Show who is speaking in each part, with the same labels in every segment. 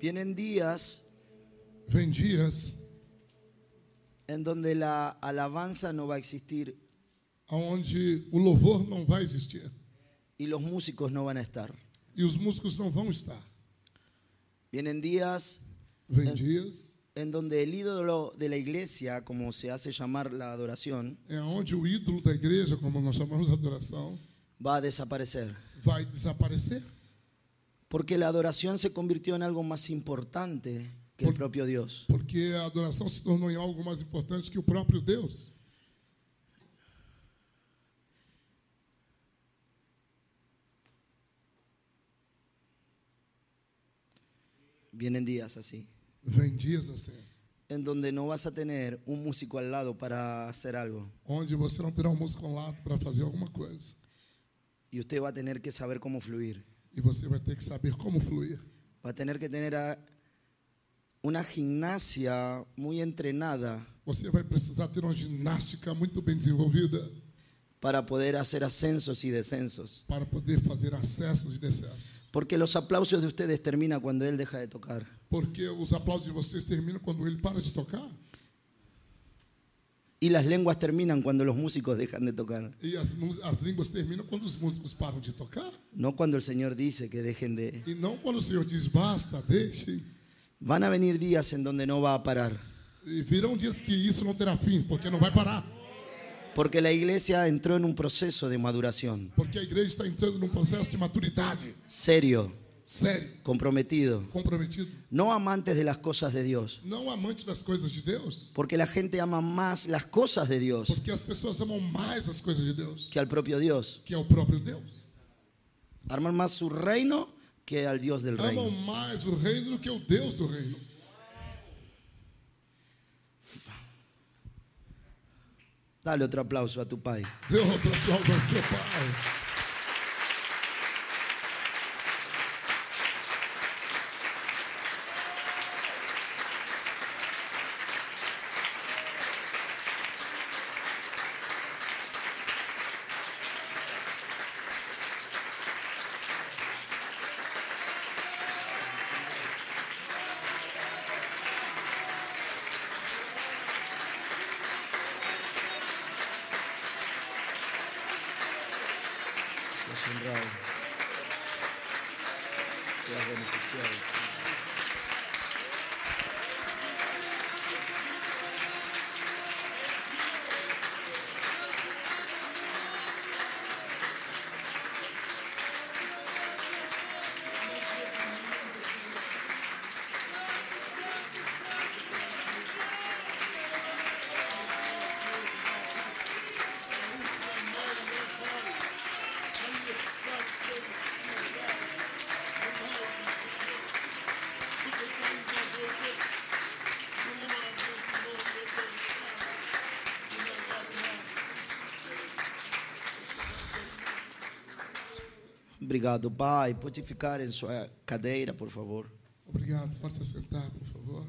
Speaker 1: Vienen días
Speaker 2: Vem dias
Speaker 1: en donde la alabanza no va a existir
Speaker 2: onde o louvor não vai existir
Speaker 1: y los músicos no van a estar.
Speaker 2: e os músicos não vão estar.
Speaker 1: Vienen días
Speaker 2: Vem dias
Speaker 1: en donde el ídolo de la iglesia, como se hace llamar la adoración,
Speaker 2: é onde o ídolo da igreja, como nós chamamos de adoração,
Speaker 1: va a desaparecer.
Speaker 2: vai desaparecer.
Speaker 1: Porque la adoración se convirtió en algo más importante que el propio Dios.
Speaker 2: Porque a adoração se tornou em algo mais importante que o próprio Deus.
Speaker 1: Vienen días así,
Speaker 2: Vem dias assim,
Speaker 1: en donde no vas a tener un músico al lado para hacer algo.
Speaker 2: onde você não terá um músico ao lado para fazer alguma coisa.
Speaker 1: Y usted va a tener que saber cómo fluir.
Speaker 2: E você vai ter que saber como fluir.
Speaker 1: Va a tener que tener a- una gimnasia muy entrenada
Speaker 2: Você vai precisar ter uma ginástica muito bem desenvolvida
Speaker 1: para poder hacer ascensos y descensos.
Speaker 2: para poder fazer acessos e decessos.
Speaker 1: Porque los aplausos de ustedes terminan cuando él deja de tocar.
Speaker 2: Porque os aplausos de vocês terminam quando ele para de tocar.
Speaker 1: Y las lenguas terminan cuando los músicos dejan de tocar.
Speaker 2: E as, mu- as línguas terminam quando os músicos param de tocar.
Speaker 1: No cuando el Señor dice que dejen de...
Speaker 2: E não quando o Senhor diz basta, deixe.
Speaker 1: Van a venir días en donde no va a parar.
Speaker 2: E virão dias que isso não terá fim, porque não vai parar.
Speaker 1: Porque la iglesia entró en un proceso de maduración.
Speaker 2: Porque a igreja está entrando num processo de maturidade
Speaker 1: Serio,
Speaker 2: sério,
Speaker 1: comprometido.
Speaker 2: comprometido.
Speaker 1: No amantes de las cosas de Dios.
Speaker 2: Não amante das coisas de Deus,
Speaker 1: Porque la gente ama más las cosas de Dios
Speaker 2: porque as pessoas amam mais as coisas de Deus,
Speaker 1: que al propio Deus.
Speaker 2: que é o próprio Deus.
Speaker 1: Arman más su reino que al Dios del
Speaker 2: Amam
Speaker 1: reino.
Speaker 2: mais o reino do que o Deus do reino.
Speaker 1: Dale otro aplauso a tu pai.
Speaker 2: Dê outro aplauso ao seu pai.
Speaker 1: Seas honrado. Seas beneficiado. Señor. Obrigado, pai. Pode ficar em sua cadeira, por favor.
Speaker 2: Obrigado, pode se sentar, por favor.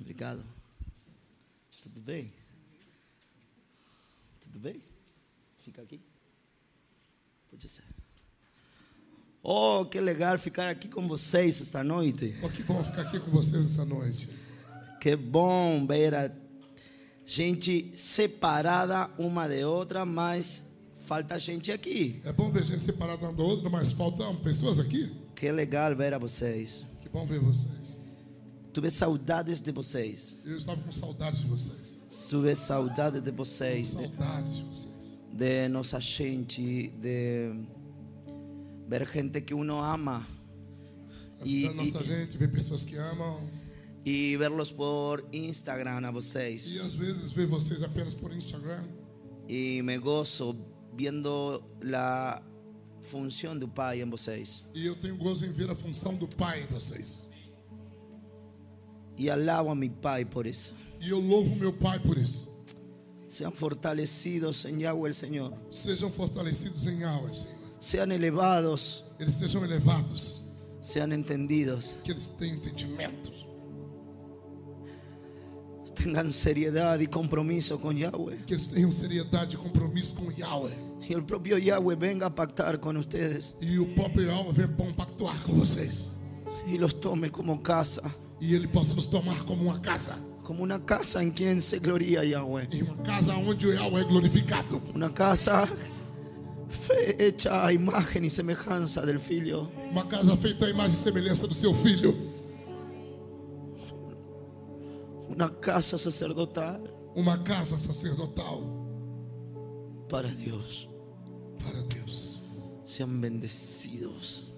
Speaker 1: Obrigado. Tudo bem? Tudo bem? Fica aqui? Pode ser. Oh, que legal ficar aqui com vocês esta noite.
Speaker 2: Ó, que bom ficar aqui com vocês essa noite.
Speaker 1: Que bom ver a gente separada uma de outra, mas falta gente aqui.
Speaker 2: É bom ver gente separada uma da outra, mas faltam pessoas aqui.
Speaker 1: Que legal ver a vocês.
Speaker 2: Que bom ver vocês.
Speaker 1: Tive saudades de vocês.
Speaker 2: Eu estava com saudade de vocês.
Speaker 1: Tive saudades de vocês, de,
Speaker 2: Saudade de vocês.
Speaker 1: de nossa gente, de ver gente que uno ama E-
Speaker 2: Da nossa
Speaker 1: e-
Speaker 2: gente, ver pessoas que amam.
Speaker 1: e verlos por Instagram a vocês.
Speaker 2: E às vezes ver vocês apenas por Instagram.
Speaker 1: E me gozo vendo a função do Pai em vocês.
Speaker 2: E eu tenho gozo em ver a função do Pai em vocês.
Speaker 1: E alabo a meu Pai por isso.
Speaker 2: E eu louvo meu Pai por isso.
Speaker 1: Sean fortalecidos en Yahweh el Señor.
Speaker 2: Sejam fortalecidos em alma, Senhor.
Speaker 1: Sean elevados,
Speaker 2: Eles sejam elevados.
Speaker 1: sean entendidos.
Speaker 2: Que eles tenham entendimento.
Speaker 1: tengan seriedad y compromiso con Yahweh.
Speaker 2: Que eles tenham seriedade e compromisso com Yahweh.
Speaker 1: Y el propio Yahweh venga a pactar con ustedes
Speaker 2: E o próprio Yahweh vem compactuar com vocês.
Speaker 1: y los tome como casa,
Speaker 2: E ele possa nos tomar como uma casa.
Speaker 1: como una casa en quien se gloria Yahweh.
Speaker 2: E uma casa onde o Yahweh é glorificado.
Speaker 1: Una casa fe- hecha a imagen y semejanza del Filho.
Speaker 2: Uma casa feita à imagem e semelhança do seu filho.
Speaker 1: Una casa sacerdotal
Speaker 2: Uma casa sacerdotal
Speaker 1: para Dios.
Speaker 2: para Deus.
Speaker 1: Sean bendecidos.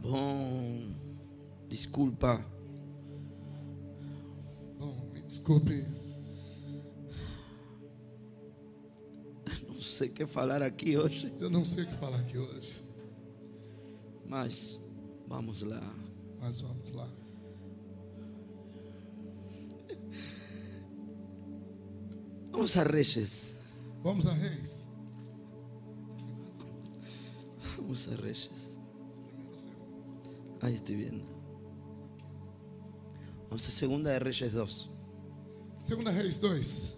Speaker 1: Bom, disculpa.
Speaker 2: Bom, me desculpe.
Speaker 1: Não sei o que falar aqui hoje,
Speaker 2: Eu não sei o que falar aqui hoje.
Speaker 1: mas vamos lá.
Speaker 2: Mas vamos lá.
Speaker 1: Vamos a Reyes.
Speaker 2: Vamos a Reis.
Speaker 1: Vamos a Reyes. Ahí estoy viendo. Vamos a Segunda de Reyes 2.
Speaker 2: Segunda Reis 2.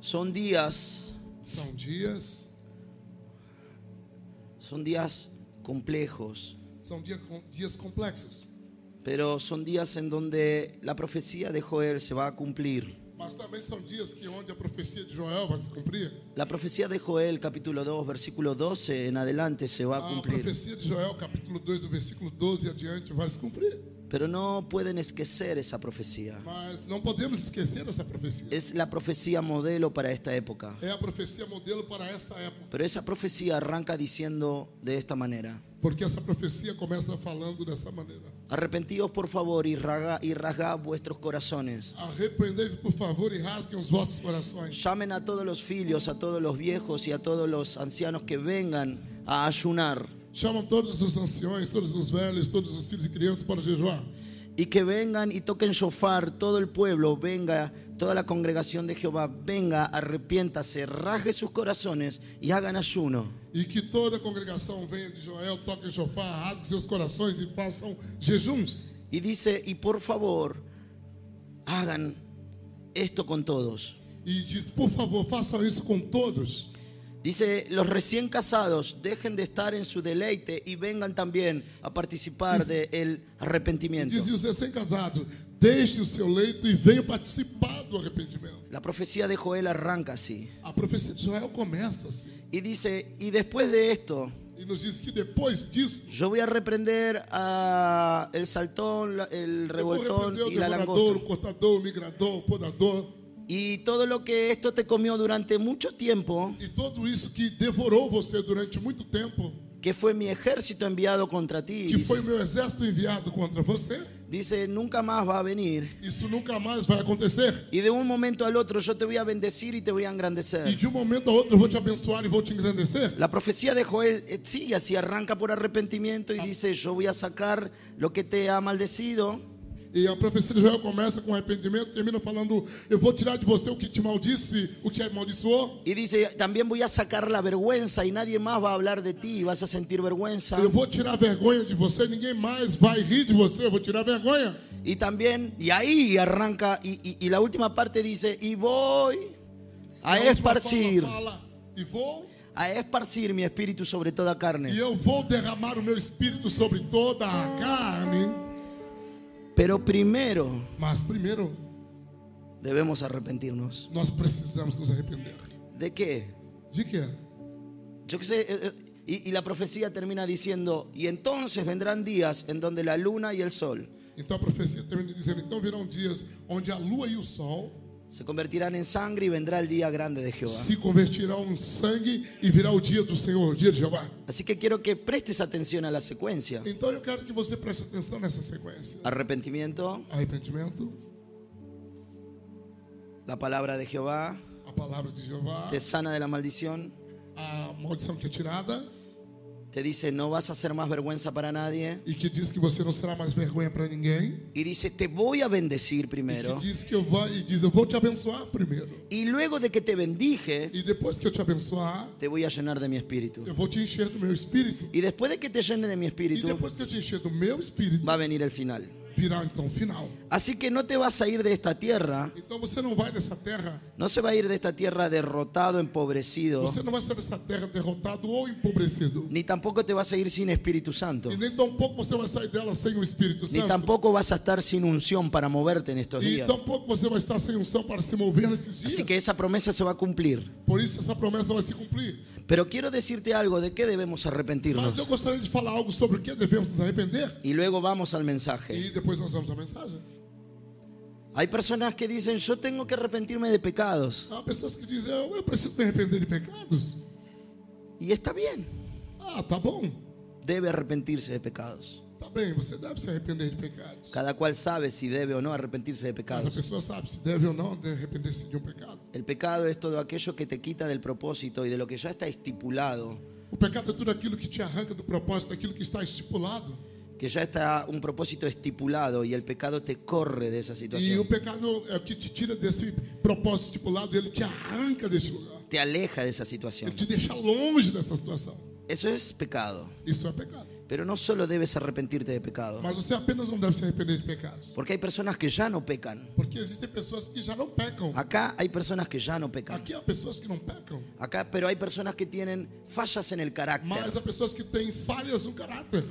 Speaker 1: Son días,
Speaker 2: São dias.
Speaker 1: son días complejos,
Speaker 2: São dia- dias complexos.
Speaker 1: pero son días en donde la profecía de Joel se va a cumplir.
Speaker 2: Mas também são dias que onde a profecia de Joel vai se cumprir.
Speaker 1: La profecía de Joel, capítulo 2, versículo 12 en adelante se va a
Speaker 2: A
Speaker 1: cumplir.
Speaker 2: profecia de Joel, capítulo 2, do versículo 12 e adiante, vai se cumprir.
Speaker 1: Pero no pueden esquecer esa profecía.
Speaker 2: Mas não podemos esquecer dessa profecia.
Speaker 1: Es la profecía modelo para esta época.
Speaker 2: É a profecia modelo para essa época.
Speaker 1: Pero esa profecía arranca diciendo de esta manera.
Speaker 2: Porque essa profecia começa falando dessa maneira:
Speaker 1: Arrepentíos por favor y, raga- y rasgad vuestros corazones.
Speaker 2: Arrependei-vos, por favor, e rasguem os vossos corações.
Speaker 1: Llamen a todos los filios, a todos los viejos y a todos los ancianos que vengan a ayunar
Speaker 2: Chamam todos os anciões, todos os velhos, todos os filhos e crianças para jejuar.
Speaker 1: y que vengan y toquen shofar, todo el pueblo venga, toda la congregación de Jehová venga, arrepiéntase, raje sus corazones y hagan ayuno.
Speaker 2: E que toda a congregação venha de Joel, toquem chofar, rasguem seus corações e façam jejuns.
Speaker 1: Y dice, y por favor, hagan esto con todos.
Speaker 2: E diz, por favor, façam isso com todos.
Speaker 1: Dice, los recién casados dejen de estar en su deleite y vengan también a participar del arrepentimiento.
Speaker 2: Diz, e os recém-casados, deixe o seu leito e venha participar do arrependimento.
Speaker 1: La profecía de Joel arranca así.
Speaker 2: A profecia de Joel começa assim.
Speaker 1: Y dice, y después de esto,
Speaker 2: E nos diz que depois disso,
Speaker 1: yo voy a reprender a el saltón, la- el
Speaker 2: eu vou
Speaker 1: revoltón
Speaker 2: repreender o
Speaker 1: y la
Speaker 2: devorador, o
Speaker 1: langosta.
Speaker 2: cortador, o migrador, o podador.
Speaker 1: Y todo lo que esto te comió durante mucho tiempo,
Speaker 2: E tudo isso que devorou você durante muito tempo,
Speaker 1: que fue mi ejército enviado contra ti,
Speaker 2: que foi
Speaker 1: dice,
Speaker 2: o meu exército enviado contra você,
Speaker 1: dice, nunca más va a venir.
Speaker 2: isso nunca mais vai acontecer.
Speaker 1: Y de un momento al otro yo te voy a bendecir y te voy a engrandecer.
Speaker 2: E de um momento a outro eu vou te abençoar e vou te engrandecer.
Speaker 1: La profecía de Joel eh, sigue así, arranca por arrepentimiento y dice, yo voy a sacar lo que te ha maldecido
Speaker 2: E a profecia de Joel começa com arrependimento, termina falando: Eu vou tirar de você o que te maldisse, o que te amaldiçoou.
Speaker 1: y dice, también voy a sacar la vergüenza y nadie más va a hablar de ti y vas a sentir vergüenza.
Speaker 2: Eu vou tirar a vergonha de você, ninguém mais vai rir de você, eu vou tirar a vergonha.
Speaker 1: Y también, y ahí arranca, y, y- y la última parte dice, y voy a
Speaker 2: última
Speaker 1: esparcir,
Speaker 2: palavra fala, e vou,
Speaker 1: a esparcir mi espíritu sobre toda
Speaker 2: e
Speaker 1: carne.
Speaker 2: eu vou derramar o meu espírito sobre toda a carne.
Speaker 1: Pero primero
Speaker 2: Mas primeiro,
Speaker 1: debemos arrepentirnos.
Speaker 2: nós precisamos nos arrepender.
Speaker 1: ¿De qué?
Speaker 2: De quê?
Speaker 1: Yo qué sé, eh, eh, y, y la profecía termina diciendo, y entonces vendrán días en donde la luna y el sol
Speaker 2: Então a profecia termina dizendo: Então virão dias onde a lua e o sol
Speaker 1: se convertirán en sangre y vendrá el día grande de Jehová.
Speaker 2: se convertirão em sangue e virá o dia do Senhor, o dia de Jeová.
Speaker 1: Así que quiero que prestes atención a la secuencia.
Speaker 2: Então eu quero que você preste atenção nessa sequência.
Speaker 1: Arrepentimiento,
Speaker 2: Arrependimento,
Speaker 1: la palabra de Jehová,
Speaker 2: a palavra de Jeová,
Speaker 1: te sana de la maldición,
Speaker 2: a maldição que é tirada,
Speaker 1: te dice, no vas a ser más vergüenza para nadie.
Speaker 2: e que diz que você não será mais vergonha para ninguém,
Speaker 1: Y dice, te voy a bendecir
Speaker 2: e que
Speaker 1: primero.
Speaker 2: diz que eu vou e diz eu vou te abençoar primeiro
Speaker 1: Y luego de que te bendije,
Speaker 2: e depois que eu te abençoar,
Speaker 1: te voy a llenar de mi espíritu.
Speaker 2: eu vou te encher do meu espírito
Speaker 1: Y después de que te llene de mi
Speaker 2: e
Speaker 1: espíritu,
Speaker 2: depois que eu te encher do meu espírito,
Speaker 1: va a venir el final.
Speaker 2: virá então o final.
Speaker 1: Así que no te vas a ir de esta tierra,
Speaker 2: Então você não vai dessa terra,
Speaker 1: no se va a ir de esta tierra derrotado, empobrecido,
Speaker 2: você não vai sair dessa terra derrotado ou empobrecido.
Speaker 1: ni tampoco te vas a ir sin Espíritu Santo,
Speaker 2: E nem tampouco você vai sair dela sem o Espírito
Speaker 1: ni
Speaker 2: Santo.
Speaker 1: tampoco vas a estar sin unción para moverte en estos
Speaker 2: E
Speaker 1: días.
Speaker 2: tampouco você vai estar sem unção para se mover nesses dias.
Speaker 1: Así Assim que esa promesa se va a cumplir.
Speaker 2: Por isso essa promessa vai se cumprir.
Speaker 1: Pero quiero decirte algo de qué debemos
Speaker 2: Mas
Speaker 1: arrepentirnos.
Speaker 2: eu gostaria de falar algo sobre o que devemos nos arrepender.
Speaker 1: Y luego vamos al mensaje.
Speaker 2: E depois nós vamos à mensagem.
Speaker 1: Hay personas que dicen, yo tengo que arrepentirme de pecados.
Speaker 2: Há pessoas que dizem, eu, eu preciso me arrepender de pecados.
Speaker 1: Y está bien,
Speaker 2: Ah, tá bom.
Speaker 1: debe arrepentirse de pecados.
Speaker 2: Tá bem, você deve se arrepender de pecados.
Speaker 1: Cada cual sabe si debe o no arrepentirse de
Speaker 2: Cada
Speaker 1: pecados.
Speaker 2: pessoa sabe se deve ou não de arrepender-se de um pecado.
Speaker 1: El pecado es todo aquello que te quita del propósito y de lo que ya está estipulado,
Speaker 2: O pecado é tudo aquilo que te arranca do propósito, aquilo que está estipulado.
Speaker 1: que ya está un propósito estipulado y el pecado te corre de esa
Speaker 2: E o
Speaker 1: situación,
Speaker 2: pecado é o que te tira desse propósito estipulado, ele te arranca desse lugar.
Speaker 1: te aleja de essa
Speaker 2: Ele
Speaker 1: situación.
Speaker 2: te deixa longe dessa situação.
Speaker 1: Eso es pecado,
Speaker 2: Isso é pecado.
Speaker 1: pero no solo debes arrepentirte de pecado,
Speaker 2: Mas você apenas não deve se arrepender de pecados.
Speaker 1: porque hay personas que ya no pecan.
Speaker 2: Porque existem pessoas que já não pecam.
Speaker 1: Acá hay personas que ya no pecan.
Speaker 2: Aqui há pessoas que não pecam.
Speaker 1: Acá, pero hay personas que tienen fallas en el
Speaker 2: Mas
Speaker 1: carácter,
Speaker 2: há pessoas que têm falhas no caráter.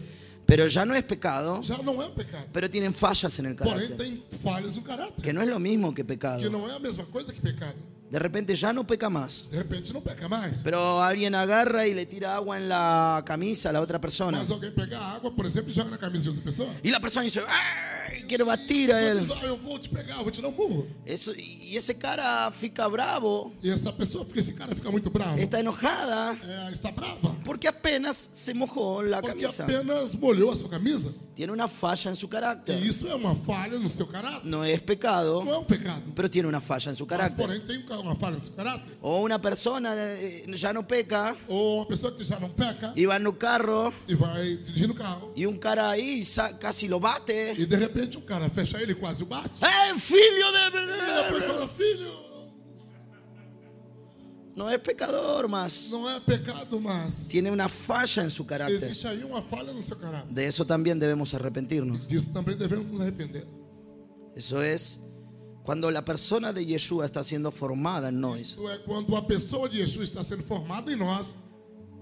Speaker 1: pero ya no es pecado,
Speaker 2: Já não é pecado.
Speaker 1: pero tienen fallas en el
Speaker 2: Porém,
Speaker 1: carácter,
Speaker 2: tem falhas no caráter.
Speaker 1: que no es lo mismo que
Speaker 2: Que
Speaker 1: pecado.
Speaker 2: não é a mesma coisa que pecado.
Speaker 1: De repente ya no peca más.
Speaker 2: De repente não peca mais.
Speaker 1: Pero alguien agarra y le tira agua en la camisa a la otra persona.
Speaker 2: Mas alguém pega a água, por exemplo, e joga na camisa de outra pessoa.
Speaker 1: Y la persona dice, ¡ay! Quiero batir a
Speaker 2: Ele
Speaker 1: él.
Speaker 2: diz, ah, eu vou te pegar, eu vou te dar um burro.
Speaker 1: Eso- y ese cara fica bravo,
Speaker 2: E essa pessoa, fica, esse cara fica muito bravo.
Speaker 1: está enojada,
Speaker 2: É, está brava.
Speaker 1: porque apenas se mojó la
Speaker 2: Porque
Speaker 1: camisa.
Speaker 2: apenas molhou a sua camisa.
Speaker 1: Tiene una falla en su
Speaker 2: E
Speaker 1: carácter.
Speaker 2: isso é uma falha no seu caráter.
Speaker 1: No es
Speaker 2: Não
Speaker 1: pecado,
Speaker 2: é um pecado.
Speaker 1: pero tiene una falla en su
Speaker 2: Mas,
Speaker 1: carácter.
Speaker 2: porém, tem um- uma falha no seu caráter.
Speaker 1: O una persona eh, ya no peca
Speaker 2: Ou uma pessoa que já não peca
Speaker 1: y va en un carro
Speaker 2: e vai dirigindo o carro.
Speaker 1: y un cara ahí sa- casi lo bate.
Speaker 2: E de repente o cara fecha ele e quase o bate.
Speaker 1: ¡Eh, filho
Speaker 2: E depois
Speaker 1: de...
Speaker 2: fala, filho,
Speaker 1: No es pecador más.
Speaker 2: não é pecado, mas
Speaker 1: tiene una falla en su carácter.
Speaker 2: existe aí uma falha no seu caráter.
Speaker 1: De eso también debemos arrepentirnos.
Speaker 2: Disso também devemos nos arrepender.
Speaker 1: Eso es cuando la persona de Yeshua está siendo formada en nosotros.
Speaker 2: Isso é quando a pessoa de Jesus está sendo formada em nós,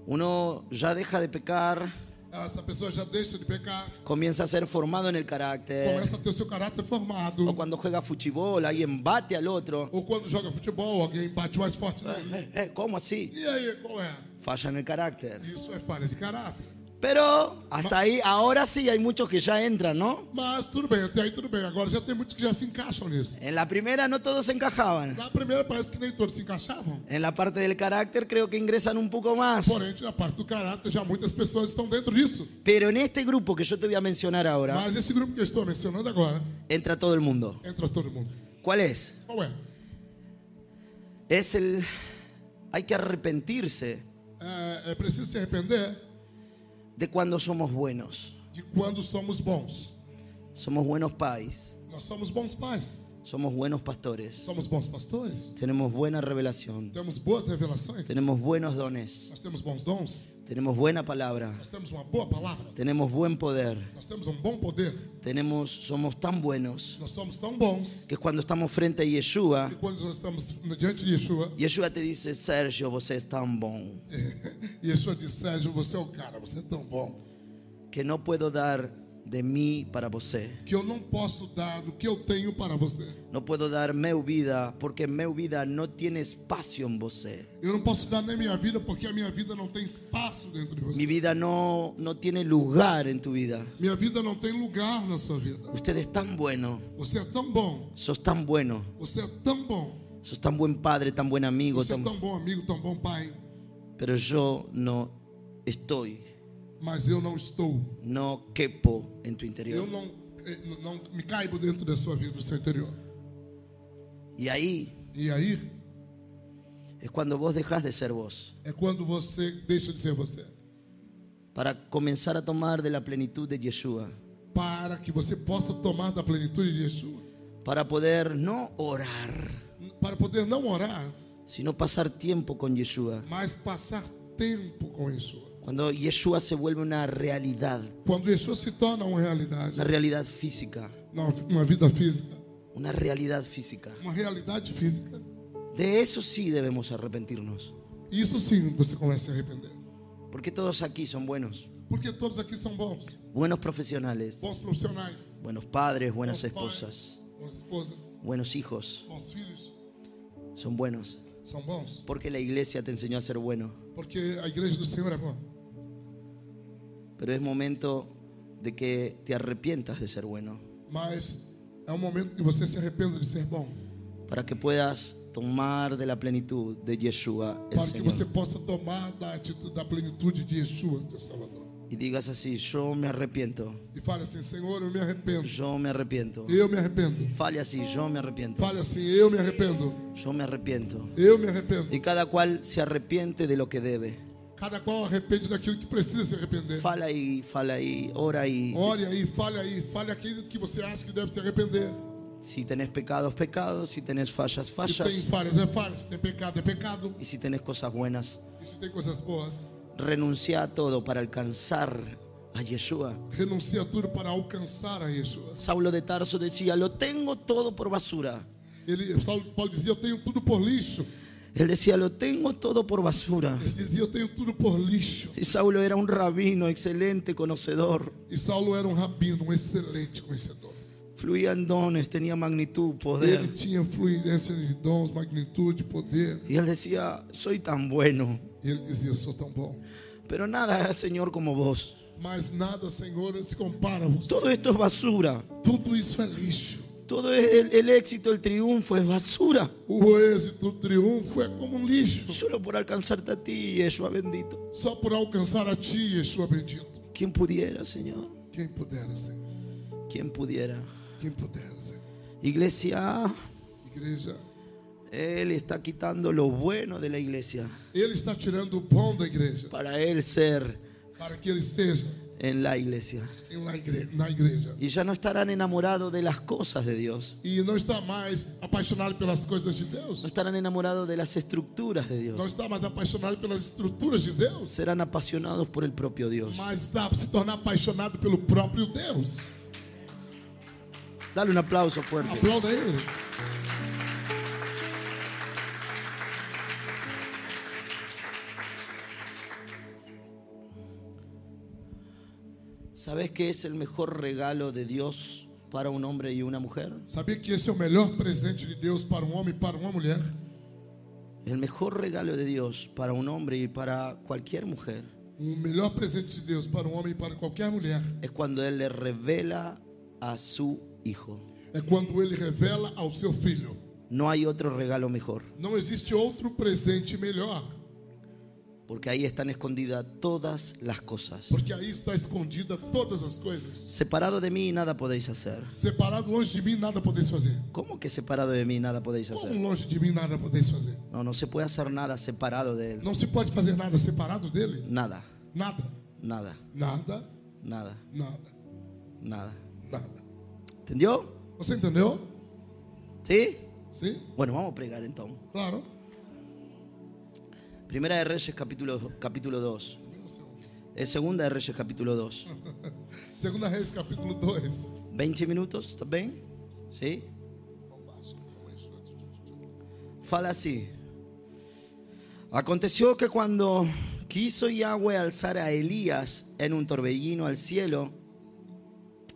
Speaker 1: Uno ya deja de pecar,
Speaker 2: essa pessoa já deixa de pecar,
Speaker 1: comienza a ser formado en el carácter.
Speaker 2: começa a ter o seu caráter
Speaker 1: O
Speaker 2: formado.
Speaker 1: cuando juega futebol, alguien bate al otro.
Speaker 2: Ou quando joga futebol, alguém bate mais forte nele.
Speaker 1: Eh, eh, ¿Cómo así?
Speaker 2: E aí, qual é?
Speaker 1: Falla en el carácter.
Speaker 2: Isso é falha de caráter.
Speaker 1: Pero hasta ahí, ahora sí hay muchos que ya entran, ¿no?
Speaker 2: Mas tudo bem, até aí tudo bem. Agora já tem muitos que já se encaixam nisso.
Speaker 1: En la primera no todos encajaban.
Speaker 2: Na primeira parece que nem todos se encaixavam.
Speaker 1: En la parte del carácter creo que ingresan un poco más.
Speaker 2: Porém, na parte do caráter, já muitas pessoas estão dentro disso.
Speaker 1: Pero en este grupo que yo te voy a mencionar ahora,
Speaker 2: Mas esse grupo que eu estou mencionando agora,
Speaker 1: entra todo el mundo.
Speaker 2: entra todo mundo.
Speaker 1: ¿Cuál es?
Speaker 2: Qual é?
Speaker 1: Es el... Hay que arrepentirse
Speaker 2: É, é preciso se arrepender
Speaker 1: de cuando somos buenos.
Speaker 2: de quando somos bons.
Speaker 1: Somos buenos pais,
Speaker 2: Nós somos bons pais,
Speaker 1: somos buenos pastores,
Speaker 2: somos bons pastores,
Speaker 1: tenemos buena revelación,
Speaker 2: temos boas revelações,
Speaker 1: tenemos buenos dones,
Speaker 2: nós temos bons dons,
Speaker 1: tenemos buena palabra,
Speaker 2: nós temos uma boa palavra,
Speaker 1: tenemos buen poder,
Speaker 2: nós temos um bom poder,
Speaker 1: tenemos, somos tan buenos
Speaker 2: nós somos tão bons
Speaker 1: que cuando estamos frente a Yeshua,
Speaker 2: que quando nós estamos diante de Yeshua,
Speaker 1: Yeshua te dice, Sergio, vos es tan bom
Speaker 2: Yeshua diz, Sérgio, você é o cara, você é tão bom,
Speaker 1: que no puedo dar de mí para vos.
Speaker 2: que eu não posso dar o que eu tenho para você.
Speaker 1: No puedo dar meu vida porque meu vida no tiene espacio en vos.
Speaker 2: Eu não posso dar nem minha vida porque a minha vida não tem espaço dentro de
Speaker 1: Mi
Speaker 2: você.
Speaker 1: vida no, no tiene lugar en tu vida.
Speaker 2: Minha vida não tem lugar na sua vida.
Speaker 1: Usted es tan bueno,
Speaker 2: Você é tão bom,
Speaker 1: sos tan bueno,
Speaker 2: você é tão bom,
Speaker 1: sos tan buen padre, tan buen amigo,
Speaker 2: você
Speaker 1: tan-
Speaker 2: é tão bom amigo, tão bom pai,
Speaker 1: pero yo no estoy,
Speaker 2: mas eu não estou.
Speaker 1: no quepo en tu
Speaker 2: Eu
Speaker 1: interior.
Speaker 2: não, eh, não me caibo dentro da sua vida, do seu interior.
Speaker 1: Y ahí
Speaker 2: E aí
Speaker 1: es cuando vos dejás de ser vos.
Speaker 2: é quando você deixa de ser você.
Speaker 1: para comenzar a tomar de la plenitud de Yeshua,
Speaker 2: para que você possa tomar da plenitude de Yeshua.
Speaker 1: para poder no orar,
Speaker 2: Para poder não orar,
Speaker 1: sino pasar tiempo con Yeshua.
Speaker 2: mas passar tempo com Yeshua.
Speaker 1: Cuando Yeshua se vuelve una realidad,
Speaker 2: Quando Yeshua se torna uma realidade,
Speaker 1: una realidad física,
Speaker 2: na- uma vida física,
Speaker 1: una realidad física.
Speaker 2: uma realidade física,
Speaker 1: De eso sí debemos arrepentirnos,
Speaker 2: isso sim você começa a se arrepender.
Speaker 1: porque todos aquí son buenos,
Speaker 2: Porque todos aqui são bons,
Speaker 1: buenos profesionales,
Speaker 2: bons profissionais,
Speaker 1: buenos padres, buenas
Speaker 2: bons
Speaker 1: esposas,
Speaker 2: pais, boas esposas,
Speaker 1: buenos hijos,
Speaker 2: bons filhos,
Speaker 1: son buenos.
Speaker 2: são bons.
Speaker 1: Porque la iglesia te enseñó a ser bueno,
Speaker 2: Porque a igreja do Senhor é boa.
Speaker 1: pero es momento de que te arrepientas de ser bueno,
Speaker 2: Mas é um momento que você se arrependa de ser bom,
Speaker 1: para que puedas tomar de la plenitud de Yeshua el
Speaker 2: para que você
Speaker 1: Señor.
Speaker 2: possa tomar da atitude da plenitude de Yeshua, teu Salvador.
Speaker 1: Y digas así, yo me arrepiento,
Speaker 2: E fale assim: Senhor, eu me arrependo.
Speaker 1: yo me arrepiento.
Speaker 2: Eu me arrependo.
Speaker 1: Fale así, yo me arrepiento,
Speaker 2: Fale assim: Eu me arrependo.
Speaker 1: yo me arrepiento.
Speaker 2: Eu me arrependo.
Speaker 1: Y cada cual se arrepiente de lo que debe.
Speaker 2: Cada qual arrepende daquilo que precisa se arrepender.
Speaker 1: Fala ahí, fala ahí, ora ahí.
Speaker 2: Ore aí, fale aí, fale aquilo que você acha que deve se arrepender.
Speaker 1: Si tenés pecados, pecados. Si tenés fallas,
Speaker 2: Se tem
Speaker 1: fallas.
Speaker 2: falhas, é falha. Se tem pecado, é pecado.
Speaker 1: Y si tenés cosas buencia
Speaker 2: E se tem coisas boas,
Speaker 1: renuncia a todo para alcanzar a Yeshua.
Speaker 2: renuncia a tudo para alcançar a Yeshua.
Speaker 1: Saulo de Tarso decía, lo tengo todo por basura.
Speaker 2: Ele, Saulo Paulo dizia: Eu tenho tudo por lixo.
Speaker 1: Él decía, lo tengo todo por basura.
Speaker 2: Ele dizia: Eu tenho tudo por lixo.
Speaker 1: Y Saulo era un rabino, excelente conocedor.
Speaker 2: E Saulo era um rabino, um excelente conhecedor.
Speaker 1: Fluía en dones, tenía magnitud,
Speaker 2: Ele
Speaker 1: poder.
Speaker 2: tinha fluidez de dons, magnitude, poder.
Speaker 1: Y él decía, soy tan bueno,
Speaker 2: E ele dizia: Sou tão bom.
Speaker 1: pero nada, Señor, como vos.
Speaker 2: Mas nada, Senhor, se compara a você.
Speaker 1: Todo esto es basura.
Speaker 2: Tudo isso é lixo.
Speaker 1: Todo el, el éxito, el triunfo es basura.
Speaker 2: O êxito, o triunfo é como um lixo.
Speaker 1: Solo por alcanzarte a ti, Yeshua bendito.
Speaker 2: Só por alcançar a ti, Yeshua bendito.
Speaker 1: Quien pudiera, Señor.
Speaker 2: Quem pudera, Senhor.
Speaker 1: Quien pudiera.
Speaker 2: Quem pudera, Senhor.
Speaker 1: Iglesia,
Speaker 2: Igreja,
Speaker 1: Él está quitando lo bueno de la iglesia
Speaker 2: Ele está tirando o bom da igreja.
Speaker 1: para Él ser
Speaker 2: Para que ele seja
Speaker 1: en la iglesia.
Speaker 2: em lá igre- na igreja.
Speaker 1: Y ya no estarán enamorados de las cosas de Dios.
Speaker 2: E não está mais apaixonado pelas coisas de Deus.
Speaker 1: No estarán enamorados de las estructuras de
Speaker 2: Não
Speaker 1: Dios.
Speaker 2: está mais apaixonado pelas estruturas de Deus.
Speaker 1: Serán apasionados por el propio Dios.
Speaker 2: Mas está a se tornar apaixonado pelo próprio Deus.
Speaker 1: Dale un aplauso fuerte.
Speaker 2: Aplauda ele.
Speaker 1: ¿Sabes qué es el mejor regalo de Dios para un hombre y una mujer?
Speaker 2: Sabia que esse é o melhor presente de Deus para um homem e para uma mulher?
Speaker 1: El mejor regalo de Dios para un hombre y para cualquier mujer
Speaker 2: O melhor presente de Deus para um homem e para qualquer mulher
Speaker 1: es cuando Él le revela a su hijo.
Speaker 2: é quando ele revela ao seu filho.
Speaker 1: No hay otro regalo mejor,
Speaker 2: Não existe outro presente melhor,
Speaker 1: porque ahí están escondidas todas las cosas.
Speaker 2: porque aí está escondida todas as coisas.
Speaker 1: Separado de mí nada podéis hacer.
Speaker 2: Separado longe de mim, nada podeis fazer.
Speaker 1: ¿Cómo que separado de mí nada podéis
Speaker 2: Como
Speaker 1: hacer?
Speaker 2: longe de mim, nada podeis fazer.
Speaker 1: No, no se puede hacer nada separado de Él.
Speaker 2: Não se pode fazer nada separado dele.
Speaker 1: Nada,
Speaker 2: Nada,
Speaker 1: nada,
Speaker 2: nada,
Speaker 1: nada,
Speaker 2: nada,
Speaker 1: nada.
Speaker 2: nada.
Speaker 1: ¿Entendió?
Speaker 2: Você entendeu?
Speaker 1: ¿Sí?
Speaker 2: Sim?
Speaker 1: Bueno, vamos a pregar entonces.
Speaker 2: Claro.
Speaker 1: Primera de Reyes capítulo, capítulo 2. Es segunda de Reyes capítulo 2.
Speaker 2: Segunda Reis, capítulo 2.
Speaker 1: 20 minutos, ¿está bien? ¿Sí? Fala así. Aconteció que cuando quiso Yahweh alzar a Elías en un torbellino al cielo,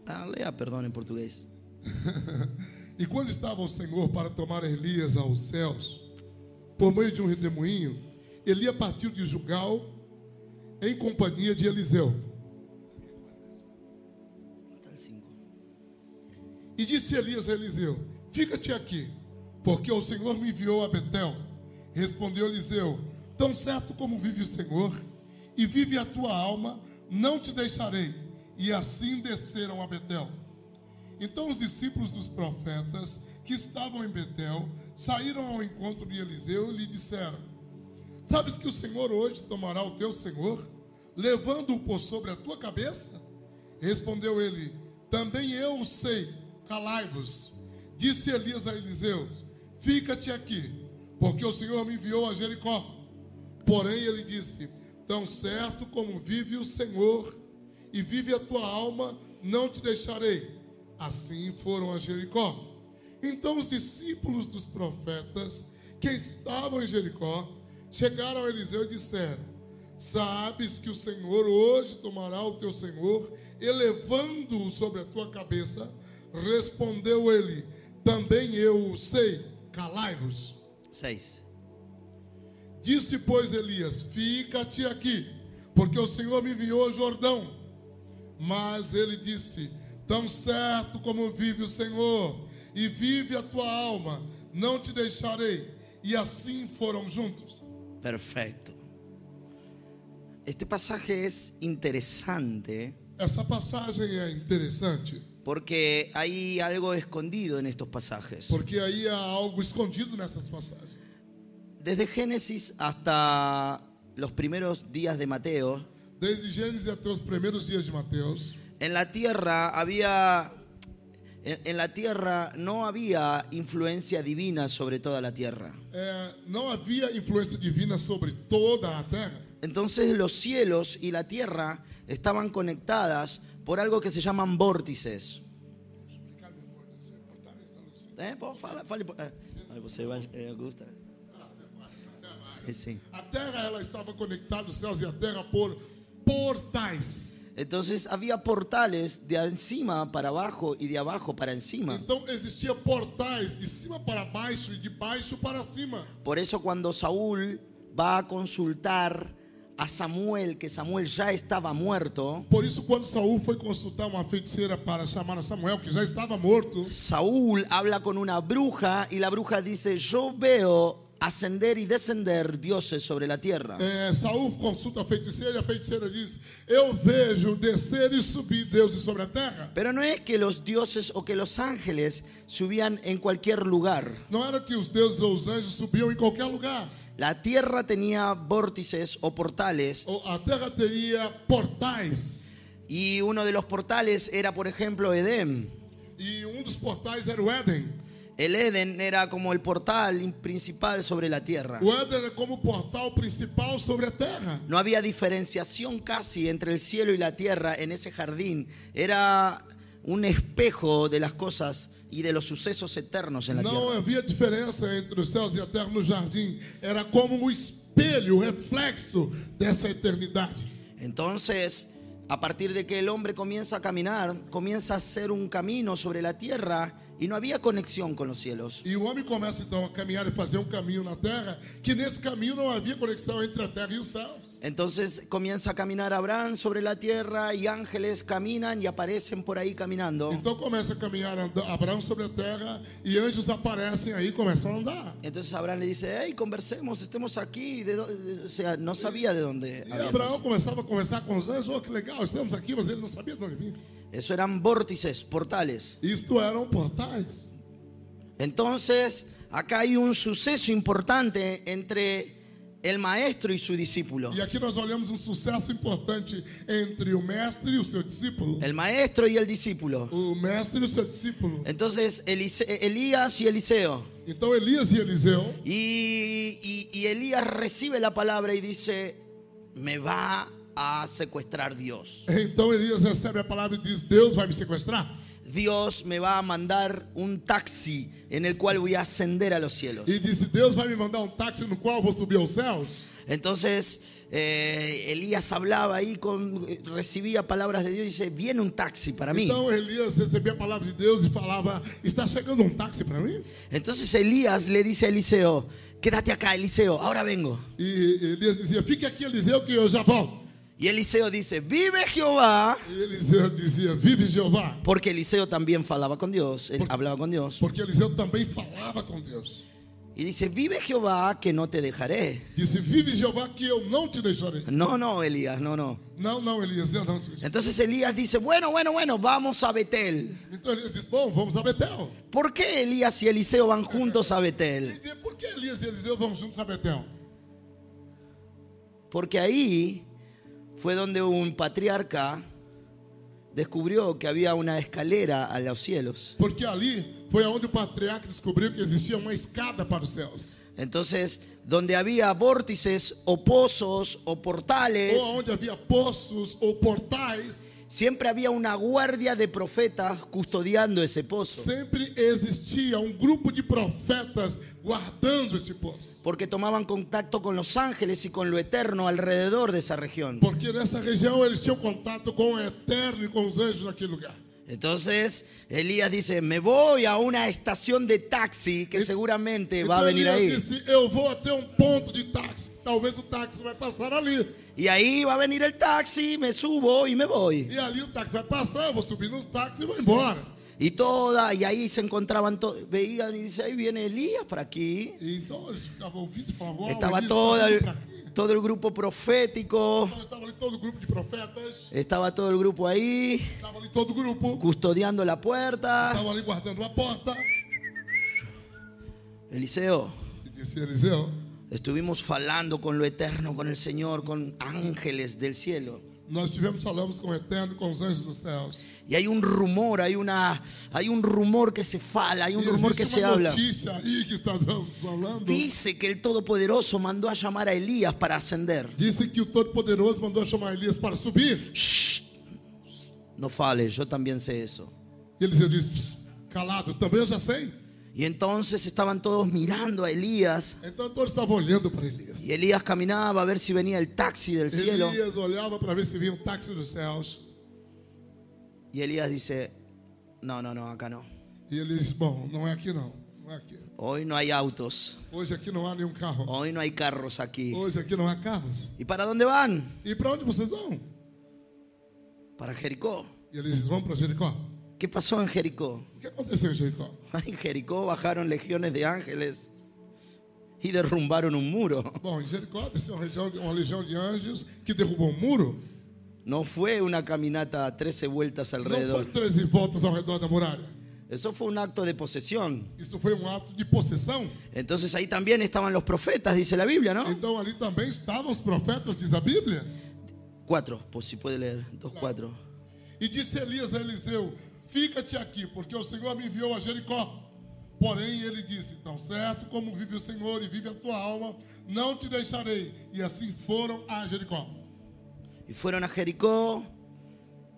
Speaker 1: ah, lea, perdón, en portugués.
Speaker 2: E quando estava o Senhor para tomar Elias aos céus, por meio de um redemoinho, Elias partiu de Jugal em companhia de Eliseu.
Speaker 1: Hasta el cinco.
Speaker 2: E disse Elias a Eliseu: Fica-te aqui, porque o Senhor me enviou a Betel. Respondeu Eliseu: Tão certo como vive o Senhor, e vive a tua alma, não te deixarei. E assim desceram a Betel. Então os discípulos dos profetas que estavam em Betel saíram ao encontro de Eliseu e lhe disseram: Sabes que o Senhor hoje tomará o teu Senhor, levando-o por sobre a tua cabeça? Respondeu ele: Também eu o sei, calai-vos. Disse Elias a Eliseu: Fica-te aqui, porque o Senhor me enviou a Jericó. Porém, ele disse: Tão certo como vive o Senhor e vive a tua alma, não te deixarei. Assim foram a Jericó. Então os discípulos dos profetas que estavam em Jericó chegaram a Eliseu e disseram: Sabes que o Senhor hoje tomará o teu senhor, elevando-o sobre a tua cabeça. Respondeu ele: Também eu o sei, calai-vos.
Speaker 1: 6.
Speaker 2: Disse, pois, Elias: Fica-te aqui, porque o Senhor me enviou ao Jordão. Mas ele disse: Tão certo como vive o Senhor, e vive a tua alma, não te deixarei. E assim foram juntos.
Speaker 1: Perfecto. Este pasaje es interesante
Speaker 2: Essa passagem é interessante,
Speaker 1: porque hay algo escondido en estos pasajes.
Speaker 2: porque aí há algo escondido nessas passagens.
Speaker 1: Desde Génesis hasta los primeros días de Mateo,
Speaker 2: Desde Gênesis até os primeiros dias de Mateus,
Speaker 1: en la tierra había en en la tierra no había influencia divina sobre toda la tierra.
Speaker 2: é, não havia influência divina sobre toda a terra.
Speaker 1: Entonces los cielos y la tierra estaban conectadas por algo que se llaman vórtices. Eh, po, fala- fale po- eh, fale você, vai, eh, Augusta. Sí, sí.
Speaker 2: A terra ela estava conectada, os céus e a terra, por portais.
Speaker 1: Entonces había portales de encima para abajo y de abajo para encima.
Speaker 2: Então existia portais de cima para baixo e de baixo para cima.
Speaker 1: Por eso cuando Saúl va a consultar a Samuel, que Samuel ya estaba muerto,
Speaker 2: Por isso, quando Saul foi consultar uma feiticeira para chamar a Samuel, que já estava morto,
Speaker 1: Saúl habla con una bruja y la bruja dice, yo veo ascender y descender dioses sobre la tierra.
Speaker 2: é, Saul consulta a feiticeira e a feiticeira diz: Eu vejo descer e subir deuses sobre a terra.
Speaker 1: Pero no es que los dioses o que los ángeles subían en cualquier lugar.
Speaker 2: Não era que os deuses ou os anjos subiam em qualquer lugar.
Speaker 1: La tierra tenía vórtices o portales
Speaker 2: Ou A terra teria portais.
Speaker 1: y uno de los portales era, por ejemplo, Edén.
Speaker 2: E um dos portais era o Éden.
Speaker 1: El Edén era como el portal principal sobre la tierra.
Speaker 2: O Éden era como o portal principal sobre a terra.
Speaker 1: No había diferenciación casi entre el cielo y la tierra en ese jardín. Era un espejo de las cosas y de los sucesos eternos en la
Speaker 2: Não
Speaker 1: tierra.
Speaker 2: havia diferença entre os céus e a terra no jardim. Era como o espelho, o reflexo dessa eternidade.
Speaker 1: Entonces, a partir de que el hombre comienza a caminar, comienza a hacer un camino sobre la tierra y no había conexión con los cielos.
Speaker 2: E o homem começa então a caminhar e fazer um caminho na terra, que nesse caminho não havia conexão entre a terra e os céus.
Speaker 1: Entonces comienza a caminar Abraham sobre la tierra y ángeles caminan y aparecen por ahí caminando.
Speaker 2: Então começa a caminhar anda- Abraão sobre a terra e anjos aparecem aí e começam a andar.
Speaker 1: Entonces Abraham le dice, hey, conversemos, estemos aquí. ¿De dó- de- o sea, no sabía de dónde.
Speaker 2: E
Speaker 1: habíamos.
Speaker 2: Abraão começava a conversar com os anjos, oh que legal, estamos aqui, mas ele não sabia de onde vinha.
Speaker 1: Eso eran vórtices, portales.
Speaker 2: Isto eram portais.
Speaker 1: Entonces, acá hay un suceso importante entre el maestro y su discípulo.
Speaker 2: E aqui nós olhamos um sucesso importante entre o mestre e o seu discípulo.
Speaker 1: El maestro y el discípulo.
Speaker 2: O mestre e o seu discípulo.
Speaker 1: Entonces, Elise- Elías y Eliseo.
Speaker 2: Então Elias e Eliseu,
Speaker 1: Y, y- y Elías recibe la palabra y dice, me va a secuestrar Dios.
Speaker 2: então Elias recebe a palavra e diz: Deus vai me sequestrar.
Speaker 1: Dios me va a mandar un taxi en el cual voy a ascender a los cielos.
Speaker 2: E disse: Deus vai me mandar um táxi no qual eu vou subir aos céus.
Speaker 1: Entonces eh, Elías hablaba ahí, con, recibía palabras de Dios y dice, viene un taxi para mí.
Speaker 2: Então Elias recebia a palavra de Deus e falava: Está chegando um táxi para mim?
Speaker 1: Entonces Elías le dice a Eliseo, quédate acá Eliseo, ahora vengo.
Speaker 2: E Elias dizia: Fique aqui, Eliseu, que eu já volto.
Speaker 1: Y Eliseo dice, vive Jehová,
Speaker 2: E Eliseu dizia: Vive Jeová.
Speaker 1: porque Eliseo también falaba con Dios, él hablaba con Dios.
Speaker 2: Porque Eliseu também falava com Deus.
Speaker 1: Y dice, vive Jehová que no te dejaré.
Speaker 2: Disse: Vive Jeová, que eu não te deixarei.
Speaker 1: No, no, Elías, no, no.
Speaker 2: Não, não, Elias, eu não te deixarei.
Speaker 1: Entonces Elías dice, bueno, bueno, bueno, vamos a Betel.
Speaker 2: Então Elias disse: Bom, vamos a Betel.
Speaker 1: ¿Por qué Elías y Eliseo van juntos a
Speaker 2: E
Speaker 1: Betel?
Speaker 2: de- por que Elias e Eliseu vão juntos a Betel?
Speaker 1: Porque ahí fue donde un patriarca descubrió que había una escalera a los cielos.
Speaker 2: Porque ali foi onde o patriarca descobriu que existia uma escada para os céus.
Speaker 1: Entonces, donde había vórtices o pozos o portales,
Speaker 2: Ou onde havia poços ou portais,
Speaker 1: siempre había una guardia de profetas custodiando ese pozo,
Speaker 2: sempre existia um grupo de profetas guardando esse poço.
Speaker 1: porque tomaban contacto con los ángeles y con lo eterno alrededor de esa región.
Speaker 2: Porque nessa região eles tinham contato com o Eterno e com os anjos naquele lugar.
Speaker 1: Entonces, Elías dice, me voy a una estación de taxi que seguramente va a
Speaker 2: Então
Speaker 1: venir
Speaker 2: Elias
Speaker 1: ahí.
Speaker 2: disse: Eu vou até um ponto de táxi. Talvez o táxi vai passar ali.
Speaker 1: Y ahí va a venir el taxi, me subo y me voy.
Speaker 2: E ali o táxi vai passar. Eu vou subir nos táxis e vou embora.
Speaker 1: Y toda, y ahí se encontraban, to- veían y dice, ahí viene Elías para aquí.
Speaker 2: E então eles ficavam ouvindo e falavam: "Uau,
Speaker 1: Estaba
Speaker 2: Elias
Speaker 1: todo
Speaker 2: tá vindo
Speaker 1: el,
Speaker 2: pra aqui."
Speaker 1: todo el grupo profético,
Speaker 2: Então estava ali todo o grupo de profetas.
Speaker 1: estaba todo el grupo ahí,
Speaker 2: Estava ali todo o grupo.
Speaker 1: custodiando la puerta.
Speaker 2: Estava ali guardando a porta.
Speaker 1: Eliseo,
Speaker 2: E disse Eliseu:
Speaker 1: estuvimos falando con lo eterno, con el Señor, con ángeles del cielo.
Speaker 2: Nós tivemos, falamos com o Eterno e com os anjos dos céus.
Speaker 1: Y hay un rumor, hay una hay un rumor que se fala, hay
Speaker 2: E
Speaker 1: un um rumor que
Speaker 2: existe
Speaker 1: se
Speaker 2: uma
Speaker 1: habla.
Speaker 2: notícia aí que está dando- falando.
Speaker 1: Dice que el Todopoderoso mandó a llamar a Elías para ascender.
Speaker 2: Disse que o Todo-Poderoso mandou chamar Elias para subir.
Speaker 1: Shh. No fales, yo también sé eso.
Speaker 2: E Eliseu disse: "Pss, Calado, também eu já sei.
Speaker 1: Y entonces estaban todos mirando a Elías
Speaker 2: Então todos estavam olhando para Elias.
Speaker 1: y Elías caminaba a ver si venía el taxi del cielo
Speaker 2: Elias olhava para ver se vinha um táxi dos céus.
Speaker 1: y Elías dice, "No, no, no, acá no.
Speaker 2: E ele disse: Bom, não é aqui não. Não é aqui.
Speaker 1: Hoy no hay autos,
Speaker 2: Hoje aqui não há nenhum carro.
Speaker 1: hoy no hay carros aquí."
Speaker 2: Hoje aqui não há carros.
Speaker 1: ¿Y para dónde van?
Speaker 2: E para onde vocês vão?
Speaker 1: Para Jericó.
Speaker 2: E eles disse: Vamos para Jericó.
Speaker 1: ¿Qué pasó en Jericó?
Speaker 2: O que aconteceu em Jericó?
Speaker 1: En Jericó bajaron legiones de ángeles y derrumbaron un muro.
Speaker 2: Bom, em Jericó disse uma, região, uma legião de anjos que derrubou um muro.
Speaker 1: No fue una caminata a 13 vueltas
Speaker 2: Não foram
Speaker 1: alrededor.
Speaker 2: 13 voltas ao redor da muralha.
Speaker 1: Eso fue un acto de posesión.
Speaker 2: Isso foi um ato de possessão.
Speaker 1: Entonces ahí también estaban los profetas, dice la Biblia, ¿no?
Speaker 2: Então ali também estavam os profetas, diz a Bíblia.
Speaker 1: Cuatro, por si puede leer, dos, cuatro.
Speaker 2: E disse Elias a Eliseu: Fica-te aqui, porque o Senhor me enviou a Jericó. Porém, ele disse: Tão certo como vive o Senhor e vive a tua alma, não te deixarei. E assim foram a Jericó.
Speaker 1: Y fueron a Jericó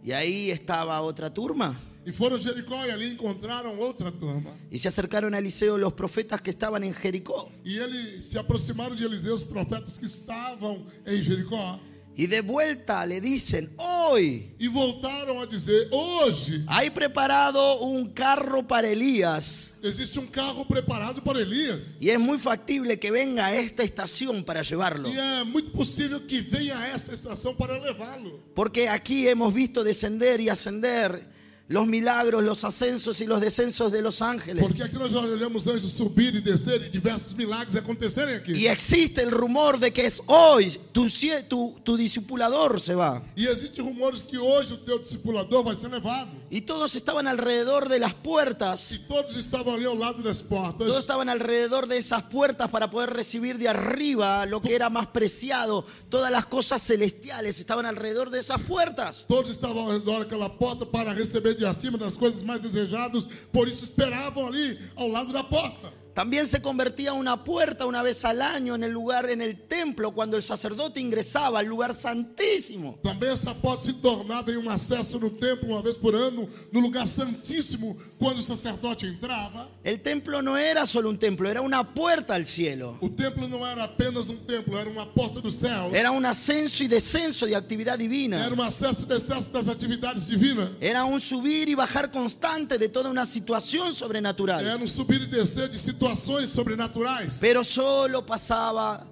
Speaker 1: y ahí estaba otra turma.
Speaker 2: E foram a Jericó e ali encontraram outra turma.
Speaker 1: Y se acercaron a Eliseo los profetas que estaban en Jericó.
Speaker 2: E eles se aproximaron de Eliseu, os profetas que estavam em Jericó,
Speaker 1: Y de vuelta le dicen, hoy
Speaker 2: e voltaram a dizer: Hoje
Speaker 1: hay preparado un carro para Elías.
Speaker 2: existe um carro preparado para Elias.
Speaker 1: Y es muy factible que venga a esta estación para llevarlo.
Speaker 2: E é muito possível que venha a esta estação para levá-lo.
Speaker 1: Porque aquí hemos visto descender y ascender los milagros, los ascensos y los descensos de los ángeles.
Speaker 2: Porque aqui nós já olhamos anjos subir e descer e diversos milagres acontecerem aqui.
Speaker 1: Y existe el rumor de que es hoy tu, cie- tu, tu discipulador se va.
Speaker 2: E existem rumores que hoje o teu discipulador vai ser levado.
Speaker 1: Y todos estaban alrededor de las puertas.
Speaker 2: E todos estavam ali ao lado das portas.
Speaker 1: Todos estaban alrededor de esas puertas para poder recibir de arriba lo que era más preciado. Todas las cosas celestiales estaban alrededor de esas puertas.
Speaker 2: Todos estavam ao redor daquela porta para receber de acima das coisas mais desejadas. Por isso esperavam ali ao lado da porta.
Speaker 1: También se convertía una puerta una vez al año en el lugar, en el templo, cuando el sacerdote ingresaba al lugar santísimo.
Speaker 2: Também essa porta se tornava em um acesso no templo uma vez por ano, no lugar santíssimo, quando o sacerdote entrava.
Speaker 1: El templo no era solo un templo, era una puerta al cielo.
Speaker 2: O templo não era apenas um templo, era uma porta do céu.
Speaker 1: Era un ascenso y descenso de actividad divina.
Speaker 2: Era um acesso e decesso das atividades divinas.
Speaker 1: Era un subir y bajar constante de toda una situación sobrenatural.
Speaker 2: Era um subir e descer de situações sobrenaturais.
Speaker 1: Pero solo pasaba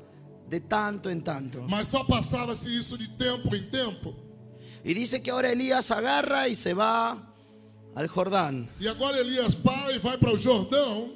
Speaker 1: de tanto en tanto.
Speaker 2: Mas só passava-se isso de tempo em tempo.
Speaker 1: Y dice que ahora Elías agarra y se va al Jordán.
Speaker 2: E agora Elias para e vai para o Jordão.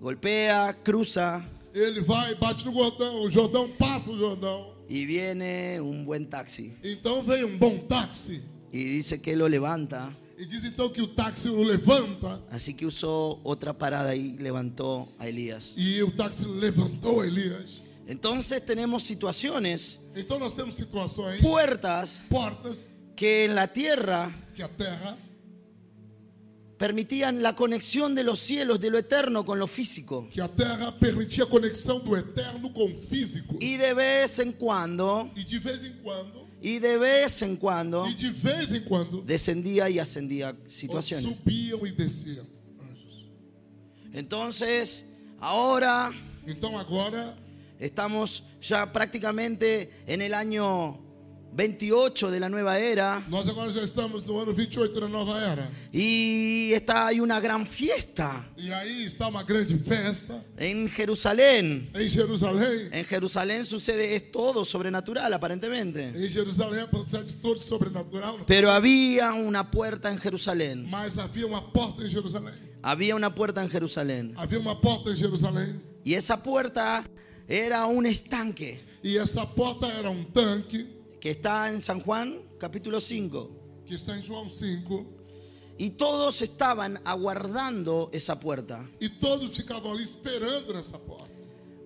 Speaker 1: Golpea, cruza
Speaker 2: Ele vai, bate no Jordão. O Jordão passa o Jordão.
Speaker 1: y viene un buen taxi.
Speaker 2: Então vem um bom táxi.
Speaker 1: Y dice que lo levanta.
Speaker 2: E diz então que o táxi o levanta.
Speaker 1: Así que usó otra parada y levantó a Elías.
Speaker 2: E o táxi levantou Elias.
Speaker 1: Entonces tenemos situaciones,
Speaker 2: Então nós temos situações,
Speaker 1: puertas
Speaker 2: portas
Speaker 1: que en la tierra
Speaker 2: que a terra
Speaker 1: permitían la conexión de los cielos, de lo eterno con lo físico.
Speaker 2: que a terra permitia a conexão do eterno com o físico.
Speaker 1: Y de vez en cuando,
Speaker 2: E de vez em quando,
Speaker 1: y de vez en cuando,
Speaker 2: e de vez em quando,
Speaker 1: descendía y ascendía situaciones.
Speaker 2: subiam e desciam anjos.
Speaker 1: Entonces, ahora
Speaker 2: Então agora
Speaker 1: estamos ya prácticamente en el año 28 de la nueva era
Speaker 2: Nós agora já estamos no ano 28 da nova era.
Speaker 1: y está hay una gran fiesta
Speaker 2: E aí está uma grande festa
Speaker 1: en Jerusalén.
Speaker 2: em Jerusalén.
Speaker 1: En Jerusalén sucede es todo sobrenatural aparentemente.
Speaker 2: Em Jerusalém procede todo sobrenatural.
Speaker 1: Pero había una puerta en Jerusalén.
Speaker 2: Mas havia uma porta em Jerusalém.
Speaker 1: Había una puerta en Jerusalén.
Speaker 2: Havia uma porta em Jerusalém.
Speaker 1: Y esa puerta era un estanque
Speaker 2: E essa porta era um tanque
Speaker 1: que está en San Juan capítulo 5.
Speaker 2: que está em João 5.
Speaker 1: Y todos estaban aguardando esa puerta.
Speaker 2: E todos ficavam ali esperando nessa porta.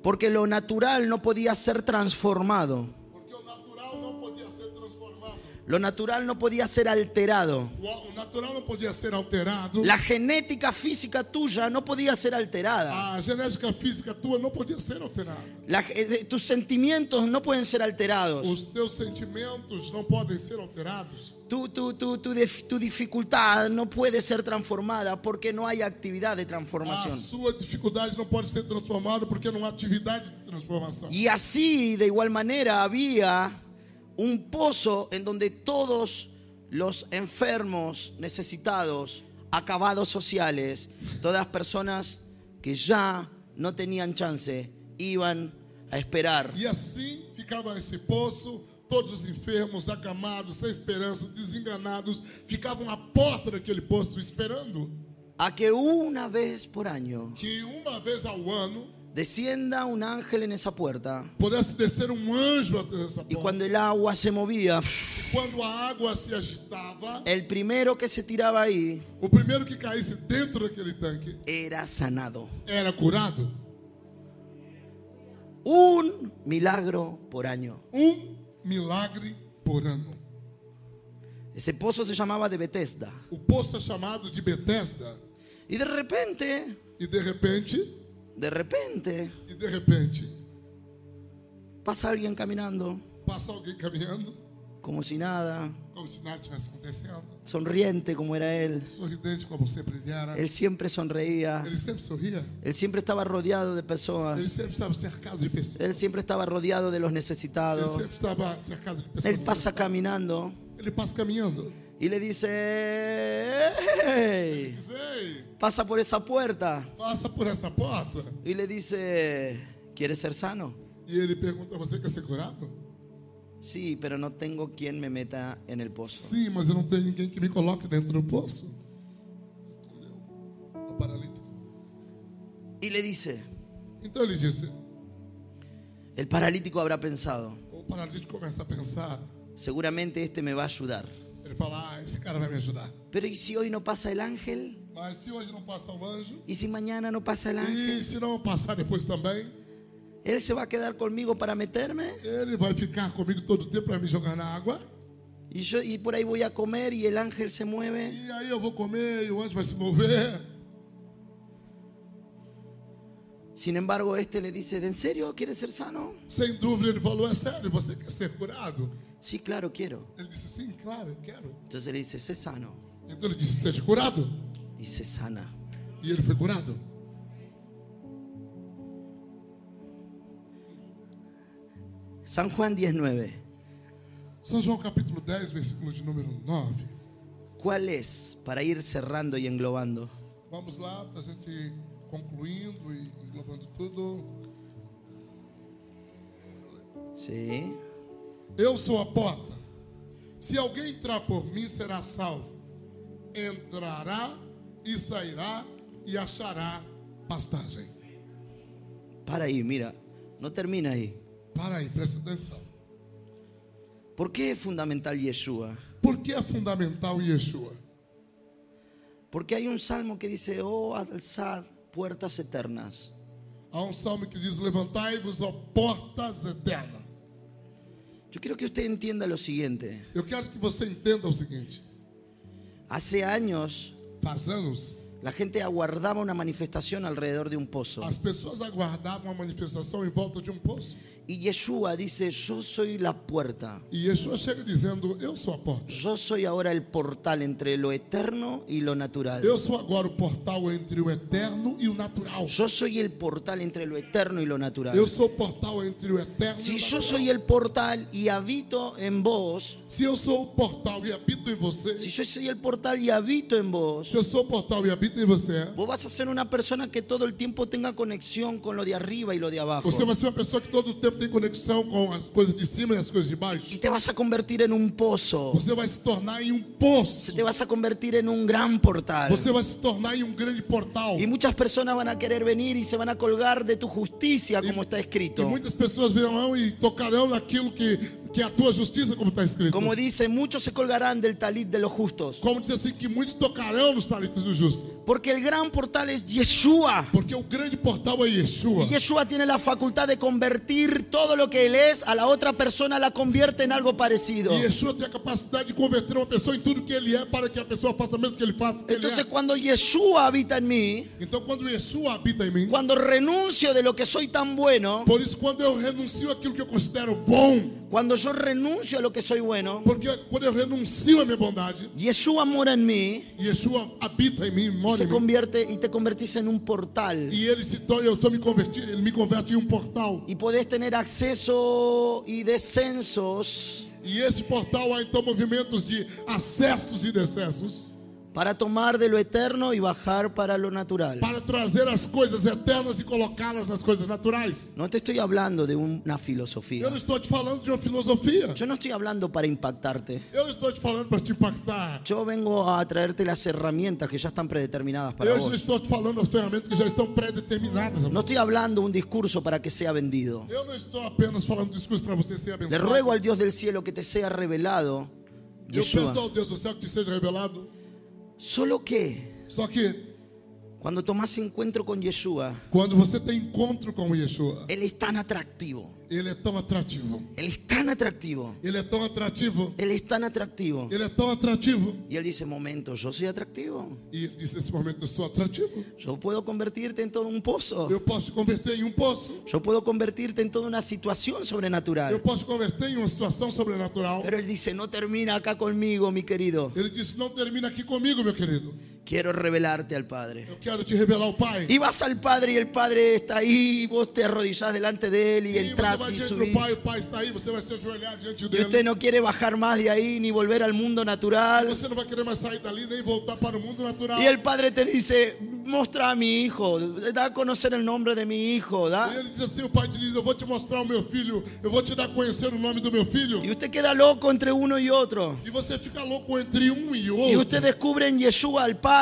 Speaker 1: Porque lo natural no podía ser transformado.
Speaker 2: Porque o natural não podia ser transformado.
Speaker 1: Lo natural no podía ser alterado.
Speaker 2: O a- O natural não podia ser alterado.
Speaker 1: La genética física tuya no podía ser alterada.
Speaker 2: A genética física tua não podia ser alterada.
Speaker 1: La- eh, tus sentimientos no pueden ser alterados.
Speaker 2: Os teus sentimentos não podem ser alterados.
Speaker 1: Tu, tu, tu, tu, dif- tu dificultad no puede ser transformada porque no hay actividad de
Speaker 2: A
Speaker 1: transformación.
Speaker 2: sua dificuldade não pode ser transformada porque não há atividade de transformação.
Speaker 1: Y así, de igual manera, había un pozo en donde todos los enfermos, necesitados, acabados sociales, todas personas que ya no tenían chance, iban a esperar.
Speaker 2: E assim ficava esse poço, todos os enfermos, acamados, sem esperança, desenganados, ficavam na porta daquele poço esperando
Speaker 1: A que una vez por año
Speaker 2: que uma vez ao ano
Speaker 1: descienda un ángel en esa puerta.
Speaker 2: pudesse descer um anjo até essa
Speaker 1: Y
Speaker 2: porta.
Speaker 1: cuando el agua se movía,
Speaker 2: Quando a água se agitava,
Speaker 1: el primero que se tiraba ahí
Speaker 2: o primeiro que caísse dentro daquele tanque
Speaker 1: era sanado.
Speaker 2: era curado.
Speaker 1: Un milagro por año.
Speaker 2: Um milagre por ano.
Speaker 1: Ese pozo se llamaba de Bethesda.
Speaker 2: O poço é chamado de Bethesda.
Speaker 1: Y de repente,
Speaker 2: E de repente,
Speaker 1: de repente,
Speaker 2: e de repente,
Speaker 1: pasa alguien caminando
Speaker 2: passa alguém caminhando,
Speaker 1: como si nada,
Speaker 2: como se nada estivesse acontecendo,
Speaker 1: sonriente como era él.
Speaker 2: sorridente como sempre ele era.
Speaker 1: Él siempre sonreía,
Speaker 2: Ele sempre sorria,
Speaker 1: él siempre estaba rodeado de
Speaker 2: ele
Speaker 1: personas,
Speaker 2: sempre estava cercado de pessoas,
Speaker 1: él siempre estaba rodeado de los
Speaker 2: ele tá-
Speaker 1: necesitados.
Speaker 2: sempre estava cercado de
Speaker 1: Él
Speaker 2: pessoas.
Speaker 1: pasa caminando
Speaker 2: Ele passa caminhando.
Speaker 1: y le dice, "Hey",
Speaker 2: Diz, ei,
Speaker 1: pasa por esa puerta
Speaker 2: passa por essa porta.
Speaker 1: y le dice, ¿quieres ser sano?
Speaker 2: E ele pergunta, você quer ser curado?
Speaker 1: Sí, pero no tengo quien me meta en el pozo.
Speaker 2: Sim, mas eu não tenho ninguém que me coloque dentro do poço. Respondeu o paralítico.
Speaker 1: Y le dice,
Speaker 2: Então ele disse,
Speaker 1: el paralítico habrá pensado,
Speaker 2: o paralítico começa a pensar,
Speaker 1: seguramente este me va a ayudar.
Speaker 2: ele fala, ah, esse cara vai me ajudar.
Speaker 1: Pero ¿y si hoy no pasa el ángel?
Speaker 2: Mas se hoje não passa o anjo,
Speaker 1: ¿Y si mañana no pasa el ángel?
Speaker 2: e se não passar depois também,
Speaker 1: ¿Él se va a quedar conmigo para meterme?
Speaker 2: ele vai ficar comigo todo o tempo para me jogar na água.
Speaker 1: Y yo y por ahí voy a comer y el ángel se mueve.
Speaker 2: E aí eu vou comer, e o anjo vai se mover.
Speaker 1: Sin embargo, este le dice, "¿En serio quieres ser sano?"
Speaker 2: Sem dúvida, ele falou: É sério, você quer ser curado?
Speaker 1: Sí, claro, quiero.
Speaker 2: Ele disse: Sim, claro, eu quero.
Speaker 1: Entonces le dice, "Sé sano."
Speaker 2: Então ele disse: Seja curado.
Speaker 1: Y se sana.
Speaker 2: E ele foi curado.
Speaker 1: San Juan 19.
Speaker 2: São João capítulo 10, versículo de número 9.
Speaker 1: ¿Cuál es para ir cerrando y englobando?
Speaker 2: Vamos lá, para a gente ir concluindo e englobando tudo.
Speaker 1: Sí.
Speaker 2: Eu sou a porta. Se alguém entrar por mim, será salvo. Entrará e sairá e achará pastagem.
Speaker 1: Para ahí, mira, no termina ahí.
Speaker 2: Para aí, presta atenção.
Speaker 1: ¿Por qué es fundamental Yeshua?
Speaker 2: Por que é fundamental Yeshua?
Speaker 1: Porque hay un salmo que dice, "Oh, alzad puertas eternas."
Speaker 2: Há um salmo que diz: Levantai-vos, ó portas eternas.
Speaker 1: Yo quiero que usted entienda lo siguiente.
Speaker 2: Eu quero que você entenda o seguinte:
Speaker 1: Hace años
Speaker 2: faz anos,
Speaker 1: la gente aguardaba una manifestación alrededor de un pozo.
Speaker 2: as pessoas aguardavam a manifestação em volta de um poço.
Speaker 1: Y Yeshua dice, yo soy la puerta.
Speaker 2: E Yeshua chega dizendo: Eu sou a porta.
Speaker 1: Yo soy ahora el portal entre lo eterno y lo natural.
Speaker 2: Eu sou agora o portal entre o eterno e o natural.
Speaker 1: Yo soy el portal entre lo eterno y lo natural.
Speaker 2: Eu sou o portal entre o eterno e
Speaker 1: Si
Speaker 2: o
Speaker 1: yo
Speaker 2: natural.
Speaker 1: soy el portal y habito en vos,
Speaker 2: Se eu sou o portal e habito em você,
Speaker 1: si yo soy el portal y habito en vos,
Speaker 2: se eu sou o portal e habito em você, é?
Speaker 1: vos vas a ser una persona que todo el tiempo tenga conexión con lo de arriba y lo de abajo.
Speaker 2: você vai ser uma pessoa que todo o tempo tem conexão com as coisas de cima e as coisas de baixo.
Speaker 1: Y te vas a convertir en un pozo.
Speaker 2: Você vai se tornar em um poço.
Speaker 1: Te vas a convertir en un gran portal.
Speaker 2: Você vai se tornar em um grande portal.
Speaker 1: Y muchas personas van a querer venir y se van a colgar de tu justicia, como está
Speaker 2: E
Speaker 1: escrito.
Speaker 2: muitas pessoas virão e tocarão naquilo que, que é a tua justiça, como está escrito.
Speaker 1: Como dice, muchos se colgarán del talit de los justos.
Speaker 2: Como diz assim, que muitos tocarão nos talentos do justo.
Speaker 1: Porque el gran portal es Yeshua.
Speaker 2: Porque o grande portal é Yeshua.
Speaker 1: Y Yeshua tiene la facultad de convertir todo lo que él es a la otra persona, la convierte en algo parecido.
Speaker 2: E Yeshua tem a capacidade de converter uma pessoa em tudo que ele é para que a pessoa faça o mesmo que ele faz. Ele
Speaker 1: Entonces
Speaker 2: é.
Speaker 1: cuando Yeshua habita en mim,
Speaker 2: Então quando Yeshua habita em mim,
Speaker 1: cuando renuncio de lo que soy tan bueno,
Speaker 2: por isso quando eu renuncio aquilo que eu considero bom,
Speaker 1: cuando yo renuncio a lo que soy bueno,
Speaker 2: porque quando eu renuncio à minha bondade,
Speaker 1: Yeshua mora en mí,
Speaker 2: Yeshua habita em mim,
Speaker 1: y
Speaker 2: mora em
Speaker 1: se
Speaker 2: mim.
Speaker 1: convierte e te convertís en un portal.
Speaker 2: E ele se torna, eu só me converti, ele me converte em um portal.
Speaker 1: Y podés tener acceso y descensos
Speaker 2: E esse portal há então movimentos de acessos e decessos
Speaker 1: para tomar de lo eterno y bajar para lo natural.
Speaker 2: para trazer as coisas eternas e colocá-las nas coisas naturais.
Speaker 1: No te estoy hablando de una
Speaker 2: Eu
Speaker 1: filosofía.
Speaker 2: não estou te falando de uma filosofia.
Speaker 1: Yo no estoy hablando para impactarte.
Speaker 2: Eu não estou te falando para te impactar.
Speaker 1: Yo vengo a traerte las herramientas que ya están predeterminadas para
Speaker 2: Eu não
Speaker 1: vos.
Speaker 2: estou te falando as ferramentas que já estão pré-determinadas. a
Speaker 1: No
Speaker 2: você.
Speaker 1: estoy hablando un discurso para que sea vendido.
Speaker 2: Eu não estou apenas falando discurso para você ser
Speaker 1: Le ruego
Speaker 2: abençoado.
Speaker 1: al Dios del cielo que te sea revelado,
Speaker 2: Eu peço
Speaker 1: Yeshua.
Speaker 2: ao Deus do céu que te seja revelado.
Speaker 1: Solo que
Speaker 2: Só que
Speaker 1: cuando tomás encuentro con Yeshua,
Speaker 2: quando você tem encontro com Yeshua,
Speaker 1: Él es tan atractivo.
Speaker 2: ele é tão atrativo.
Speaker 1: Él es tan atractivo.
Speaker 2: Ele é tão atrativo.
Speaker 1: Él es tan atractivo.
Speaker 2: Ele é tão atrativo.
Speaker 1: Y él dice, momento, yo soy atrativo.
Speaker 2: E ele disse nesse momento: Eu sou atrativo.
Speaker 1: Yo puedo convertirte en todo un pozo.
Speaker 2: Eu posso te converter em um poço.
Speaker 1: Yo puedo convertirte en toda una situación
Speaker 2: Eu
Speaker 1: sobrenatural.
Speaker 2: posso te converter em uma situação sobrenatural.
Speaker 1: Pero él dice, no termina acá conmigo, mi querido.
Speaker 2: Ele disse: Não termina aqui comigo, meu querido.
Speaker 1: Quiero revelarte al Padre.
Speaker 2: Eu quero te revelar o Pai.
Speaker 1: Y vas al Padre y el Padre está ahí, y vos te arrodillás delante de él y
Speaker 2: E você
Speaker 1: entras
Speaker 2: vai
Speaker 1: y
Speaker 2: diante do
Speaker 1: subís.
Speaker 2: Pai, o Pai está aí, você vai se ajoelhar diante
Speaker 1: Y
Speaker 2: dele.
Speaker 1: usted no quiere bajar más de ahí ni volver al mundo natural.
Speaker 2: Você não vai querer mais sair dali nem voltar para o mundo natural.
Speaker 1: Y el Padre te dice, mostra a mi hijo, da a conocer el nombre de mi hijo,
Speaker 2: E
Speaker 1: da.
Speaker 2: ele diz assim: o pai te diz, eu vou te mostrar o meu filho, eu vou te dar a conhecer o nome do meu filho.
Speaker 1: Y usted queda loco entre uno y otro.
Speaker 2: E você fica louco entre um e
Speaker 1: Y
Speaker 2: outro.
Speaker 1: usted descubre en Yeshua al Padre,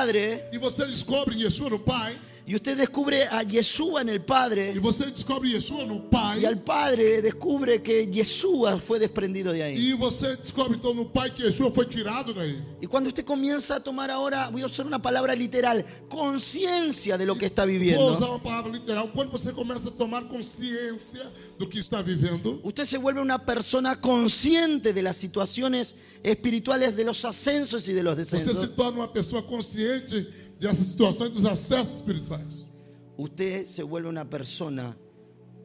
Speaker 2: E você descobre Yeshua no pai,
Speaker 1: y usted descubre a Yeshua en el
Speaker 2: e
Speaker 1: Padre,
Speaker 2: você descobre Yeshua no pai,
Speaker 1: y al Padre descubre que Yeshua fue desprendido de ahí.
Speaker 2: e você descobre então no pai que Yeshua foi tirado daí.
Speaker 1: Y cuando usted comienza a tomar ahora, voy a usar una palabra literal, conciencia de lo que está
Speaker 2: Vou usar
Speaker 1: viviendo,
Speaker 2: uma palavra literal. Quando você começa a tomar consciência do que está vivendo,
Speaker 1: usted se vuelve una persona consciente de las situaciones espirituales, de los ascensos y de los
Speaker 2: você é se
Speaker 1: descensos.
Speaker 2: torna uma pessoa consciente dessa situação e dos acessos espirituais.
Speaker 1: Usted se vuelve una persona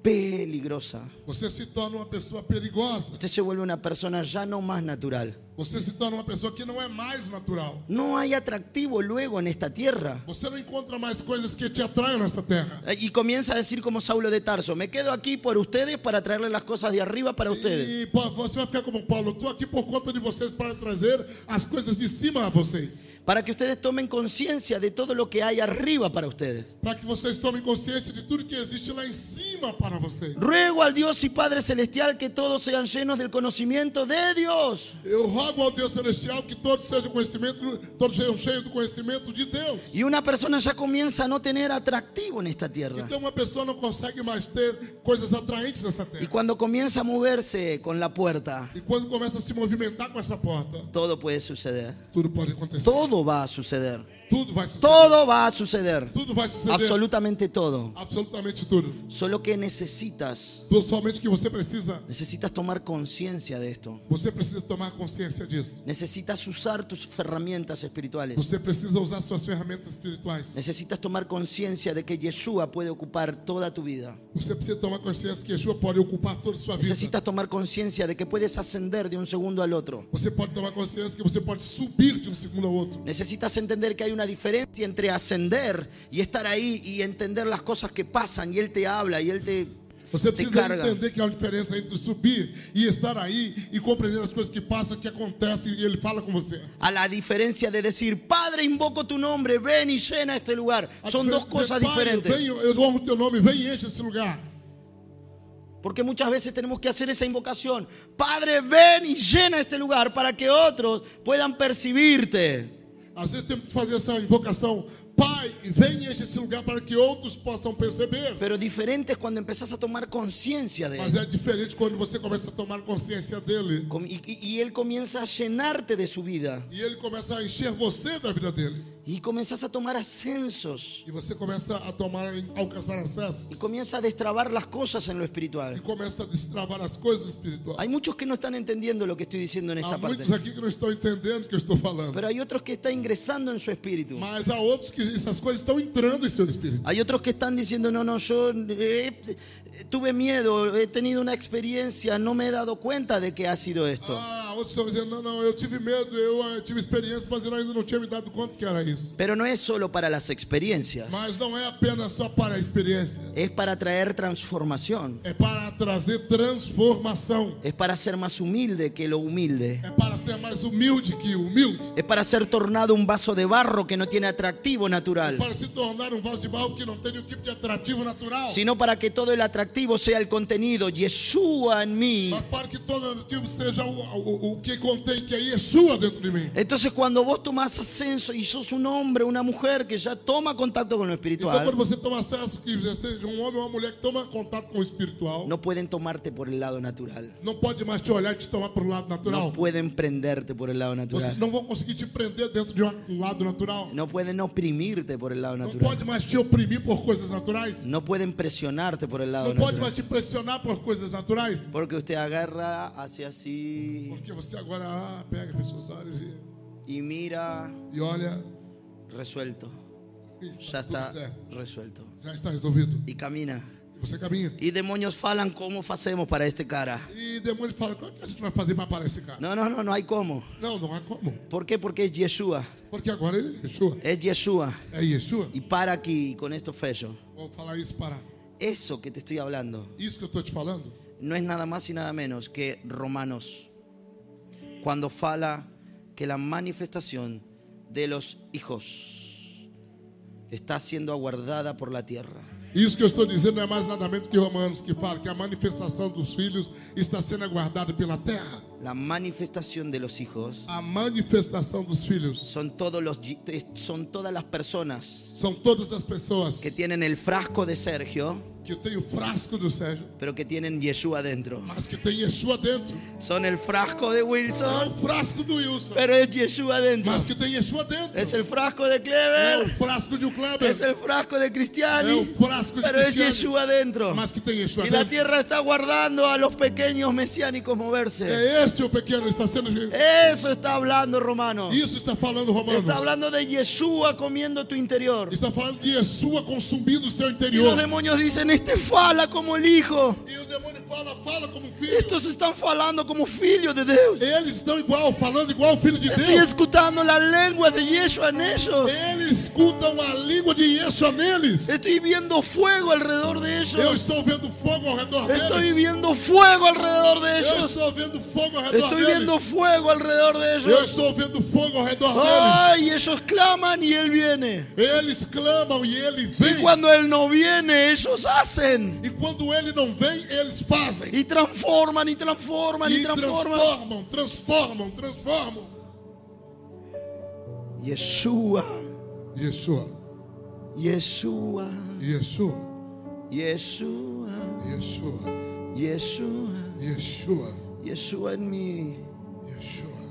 Speaker 1: peligrosa.
Speaker 2: Você se torna uma pessoa perigosa.
Speaker 1: Usted se vuelve una persona ya no más natural.
Speaker 2: Você se torna uma pessoa que não é mais natural.
Speaker 1: No hay atractivo luego en esta tierra.
Speaker 2: Você não encontra mais coisas que te atraem nessa terra.
Speaker 1: Eh, Y comienza a decir como Saulo de Tarso, me quedo aquí por ustedes para traerle las cosas de arriba para ustedes.
Speaker 2: E Paulo, você vai ficar como Paulo. Estou aqui por conta de vocês para trazer as coisas de cima a vocês.
Speaker 1: Para que ustedes tomen conciencia de todo lo que hay arriba para ustedes.
Speaker 2: Para que vocês tomem consciência de tudo que existe lá em cima para vocês.
Speaker 1: Ruego al Dios y Padre Celestial que todos sean llenos del conocimiento de Dios
Speaker 2: Eu rogo ao Deus Celestial que todos sejam conhecimento, todos sejam cheios do conhecimento de Deus.
Speaker 1: y una persona ya comienza a no tener atrativo en esta tierra.
Speaker 2: Então uma pessoa não consegue mais ter coisas atraentes nessa
Speaker 1: Y
Speaker 2: terra.
Speaker 1: cuando comienza a moverse con la puerta,
Speaker 2: E quando começa a se movimentar com essa porta,
Speaker 1: todo puede suceder.
Speaker 2: tudo pode acontecer.
Speaker 1: Todo va a suceder.
Speaker 2: Tudo vai suceder.
Speaker 1: Todo va a suceder.
Speaker 2: Tudo vai suceder.
Speaker 1: Absolutamente todo.
Speaker 2: Absolutamente tudo.
Speaker 1: Solo que necesitas,
Speaker 2: Tudo somente que você precisa.
Speaker 1: necesitas tomar conciencia de esto.
Speaker 2: Você precisa tomar consciência disso.
Speaker 1: Necesitas usar tus ferramientas espirituales.
Speaker 2: Você precisa usar suas ferramentas espirituais.
Speaker 1: Necesitas tomar conciencia de que Yeshua puede ocupar toda tu vida.
Speaker 2: Você precisa tomar consciência que Yeshua pode ocupar toda a sua vida.
Speaker 1: Necesitas tomar conciencia de que puedes ascender de un segundo al otro.
Speaker 2: Você pode tomar consciência que você pode subir de um segundo ao outro.
Speaker 1: Necesitas entender que hay una diferencia entre ascender y estar ahí y entender las cosas que pasan y Él te habla y Él te,
Speaker 2: Você
Speaker 1: te
Speaker 2: precisa
Speaker 1: carga.
Speaker 2: entender que há uma diferença entre subir e estar aí e compreender as coisas que passam, que acontecem e ele fala com você.
Speaker 1: A la diferencia de decir, Padre, invoco tu nombre, ven y llena este lugar.
Speaker 2: A
Speaker 1: Son dos
Speaker 2: diferença
Speaker 1: cosas
Speaker 2: de, "Pai,
Speaker 1: diferentes.
Speaker 2: Vem, eu honro o teu nome, vem e enche esse lugar.
Speaker 1: Porque muchas veces tenemos que hacer esa invocación. Padre, ven y llena este lugar para que otros puedan percibirte.
Speaker 2: Às vezes temos que fazer essa invocação. Pai, vem e enche esse lugar para que outros possam perceber.
Speaker 1: Pero diferente es cuando empezás a tomar conciencia de
Speaker 2: Mas
Speaker 1: Él.
Speaker 2: é diferente quando você começa a tomar consciência dele.
Speaker 1: Com- Y, y- y Él comienza a llenarte de su vida.
Speaker 2: E ele começa a encher você da vida dele.
Speaker 1: Y comenzás a tomar ascensos.
Speaker 2: E você começa a tomar, a alcançar acesso.
Speaker 1: Y comienza a destrabar las cosas en lo
Speaker 2: E
Speaker 1: espiritual.
Speaker 2: começa a destravar as coisas espirituais.
Speaker 1: Hay muchos que no están entendiendo lo que estoy diciendo en
Speaker 2: Há
Speaker 1: esta parte.
Speaker 2: muitos aqui que não estão entendendo o que eu estou falando.
Speaker 1: Pero hay otros que están ingresando en su espíritu.
Speaker 2: Mas há outros que essas coisas estão entrando em seu espírito.
Speaker 1: Hay otros que están diciendo, no, no, yo eh, tuve miedo, he tenido una experiencia, no me he dado cuenta de que ha sido esto.
Speaker 2: Ah, outros estão dizendo, não, não, eu tive medo, eu, eh, tive experiência, mas eu ainda não tinha me dado conta que era isso.
Speaker 1: Pero no es solo para las experiencias,
Speaker 2: Mas não é apenas só para a experiência.
Speaker 1: es para traer transformación,
Speaker 2: É para trazer transformação.
Speaker 1: es para ser más humilde que lo humilde,
Speaker 2: É para ser mais humilde que humilde.
Speaker 1: es para ser tornado un vaso de barro que no tiene atractivo
Speaker 2: É
Speaker 1: natural,
Speaker 2: para se tornar um vaso de barro que não tem nenhum tipo de atrativo natural.
Speaker 1: sino para que todo el atrativo sea el contenido, Yeshua en mí.
Speaker 2: Mas para que todo atrativo seja o, o, o que contém, que aí é sua dentro de mim.
Speaker 1: Entonces cuando vos tomás ascenso y sos un hombre, una mujer que ya toma contacto con lo
Speaker 2: Então,
Speaker 1: espiritual,
Speaker 2: quando você toma acesso, que você seja um homem ou uma mulher que toma contato com o espiritual, não,
Speaker 1: no pueden tomarte por el lado natural.
Speaker 2: pode mais te olhar e te tomar para o lado natural.
Speaker 1: No pueden prenderte por el lado
Speaker 2: Você
Speaker 1: natural.
Speaker 2: não vão conseguir te prender dentro de um lado natural.
Speaker 1: No pueden oprimirte por el lado
Speaker 2: Não
Speaker 1: natural.
Speaker 2: pode mais te oprimir por coisas naturais.
Speaker 1: No pueden presionarte por el lado
Speaker 2: Não pode
Speaker 1: natural.
Speaker 2: mais te pressionar por coisas naturais.
Speaker 1: Porque usted agarra, hace así
Speaker 2: Porque você agora ah, pega, fecha os olhos e,
Speaker 1: y mira,
Speaker 2: e olha.
Speaker 1: resuelto. Ya
Speaker 2: Está tudo
Speaker 1: está
Speaker 2: certo.
Speaker 1: resuelto.
Speaker 2: Já está resolvido.
Speaker 1: Y camina.
Speaker 2: Você caminha.
Speaker 1: Y demonios falan, ¿cómo hacemos para este cara?
Speaker 2: E o demônio fala: como é que a gente vai fazer para parar esse cara?
Speaker 1: No, no, no, no hay cómo.
Speaker 2: Não, não há como.
Speaker 1: ¿Por qué? Porque es Yeshua.
Speaker 2: Porque agora ele é Yeshua.
Speaker 1: Es Yeshua.
Speaker 2: É Yeshua.
Speaker 1: Y para aquí con esto fello.
Speaker 2: Vou falar isso para.
Speaker 1: Eso que te estoy hablando
Speaker 2: Isso que eu estou te falando
Speaker 1: no es nada más y nada menos que Romanos, cuando fala que la manifestación de los hijos está siendo aguardada por la tierra.
Speaker 2: Isso que eu estou dizendo não é mais nada menos que Romanos que fala que a manifestação dos filhos está sendo aguardada pela terra.
Speaker 1: La manifestación de los hijos
Speaker 2: A manifestação dos filhos
Speaker 1: son, todos los, gi- es- son todas las personas
Speaker 2: são todas as pessoas
Speaker 1: que tienen el frasco de Sergio,
Speaker 2: que têm o frasco do Sérgio,
Speaker 1: pero que tienen Yeshua dentro.
Speaker 2: mas que tem Yeshua dentro.
Speaker 1: Son el frasco de
Speaker 2: É
Speaker 1: Wilson,
Speaker 2: o frasco do Wilson,
Speaker 1: pero es Yeshua dentro.
Speaker 2: mas que tem Yeshua dentro.
Speaker 1: Es el frasco de
Speaker 2: É o
Speaker 1: Clever,
Speaker 2: frasco de um Kleber,
Speaker 1: es el frasco de
Speaker 2: é o
Speaker 1: Cristiani.
Speaker 2: frasco de
Speaker 1: Pero es
Speaker 2: Cristiano,
Speaker 1: Yeshua adentro.
Speaker 2: mas que tem Yeshua
Speaker 1: Y la
Speaker 2: dentro.
Speaker 1: tierra está guardando a los pequeños mesiánicos moverse.
Speaker 2: É este o pequeno, está sendo.
Speaker 1: É. Eso está hablando, Romano.
Speaker 2: Isso está falando Romanos.
Speaker 1: Está hablando de Yeshua comiendo tu interior.
Speaker 2: Está falando de Yeshua consumindo o seu
Speaker 1: Y los
Speaker 2: interior.
Speaker 1: demonios dicen, este fala como el hijo.
Speaker 2: E o demônio fala, fala como um filho.
Speaker 1: Estos están falando como filhos de Dios.
Speaker 2: Eles estão igual, falando igual o filho de
Speaker 1: Estoy
Speaker 2: Deus.
Speaker 1: escuchando la lengua de Yeshua en ellos.
Speaker 2: Eles escutam a língua de Yeshua neles.
Speaker 1: Estoy viendo fuego alrededor de
Speaker 2: Eu
Speaker 1: ellos.
Speaker 2: estou vendo fogo ao redor
Speaker 1: Estoy
Speaker 2: deles.
Speaker 1: viendo fuego alrededor de
Speaker 2: Eu
Speaker 1: ellos.
Speaker 2: estou vendo fogo ao redor
Speaker 1: Estoy
Speaker 2: deles.
Speaker 1: viendo fuego alrededor de
Speaker 2: Eu
Speaker 1: ellos.
Speaker 2: estou vendo fogo ao redor deles.
Speaker 1: Ay, ellos claman y él viene.
Speaker 2: Eles clamam e ele
Speaker 1: Y
Speaker 2: vem.
Speaker 1: cuando Él no viene, ellos hacen.
Speaker 2: E quando ele não vem, eles fazem.
Speaker 1: Y transforman y transforman y
Speaker 2: E
Speaker 1: transforman.
Speaker 2: transformam, transformam, transformam.
Speaker 1: Yeshua,
Speaker 2: Yeshua,
Speaker 1: Yeshua,
Speaker 2: Yeshua,
Speaker 1: Yeshua,
Speaker 2: Yeshua,
Speaker 1: Yeshua,
Speaker 2: Yeshua,
Speaker 1: Yeshua en mí.
Speaker 2: Yeshua.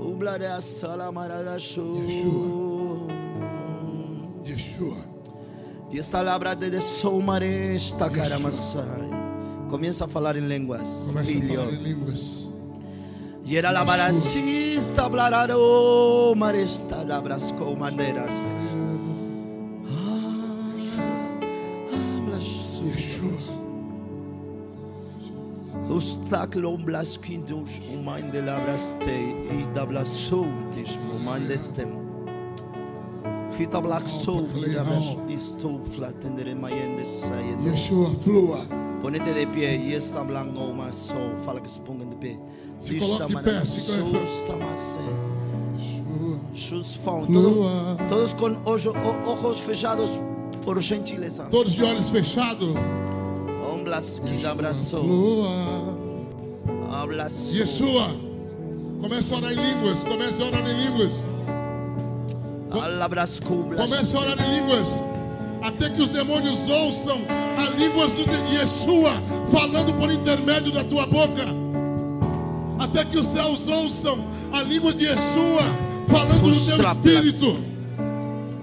Speaker 1: Oh, Samblara Salamarashu.
Speaker 2: Yeshua.
Speaker 1: Y esta palabra de Soumare esta caramasai. Comienza a hablar en lenguas,
Speaker 2: Começa a
Speaker 1: filho.
Speaker 2: falar em línguas.
Speaker 1: Y era la baracista, blararo, maresta, labras comanderas. Habla su.
Speaker 2: Yeshua.
Speaker 1: Obstáculo blas quindos, humain de labras te, y dablas soltis, humain de estemo. Hita black soul, y dablas, y stop flatendere mayende sayendo.
Speaker 2: Yeshua, flua.
Speaker 1: Ponete de pie y esta blanco más so, fala que se pongan de pie.
Speaker 2: Se coloque de pé, se coloque de pé.
Speaker 1: Susta más.
Speaker 2: Yeshua.
Speaker 1: Sus faun.
Speaker 2: Flua.
Speaker 1: Todos, todos con ojo- o- ojos fechados por gentileza.
Speaker 2: Todos de olhos fechados.
Speaker 1: Homblas que abrazó.
Speaker 2: Flua.
Speaker 1: Hablas.
Speaker 2: Yeshua. Começa a orar em línguas. Começa a orar em línguas.
Speaker 1: Alabras cublas.
Speaker 2: Comece a orar em línguas. Até que os demônios ouçam as línguas do de Yeshua falando por intermédio da tua boca. Até que os céus ouçam a língua de Yeshua falando no teu
Speaker 1: Frustra,
Speaker 2: espírito.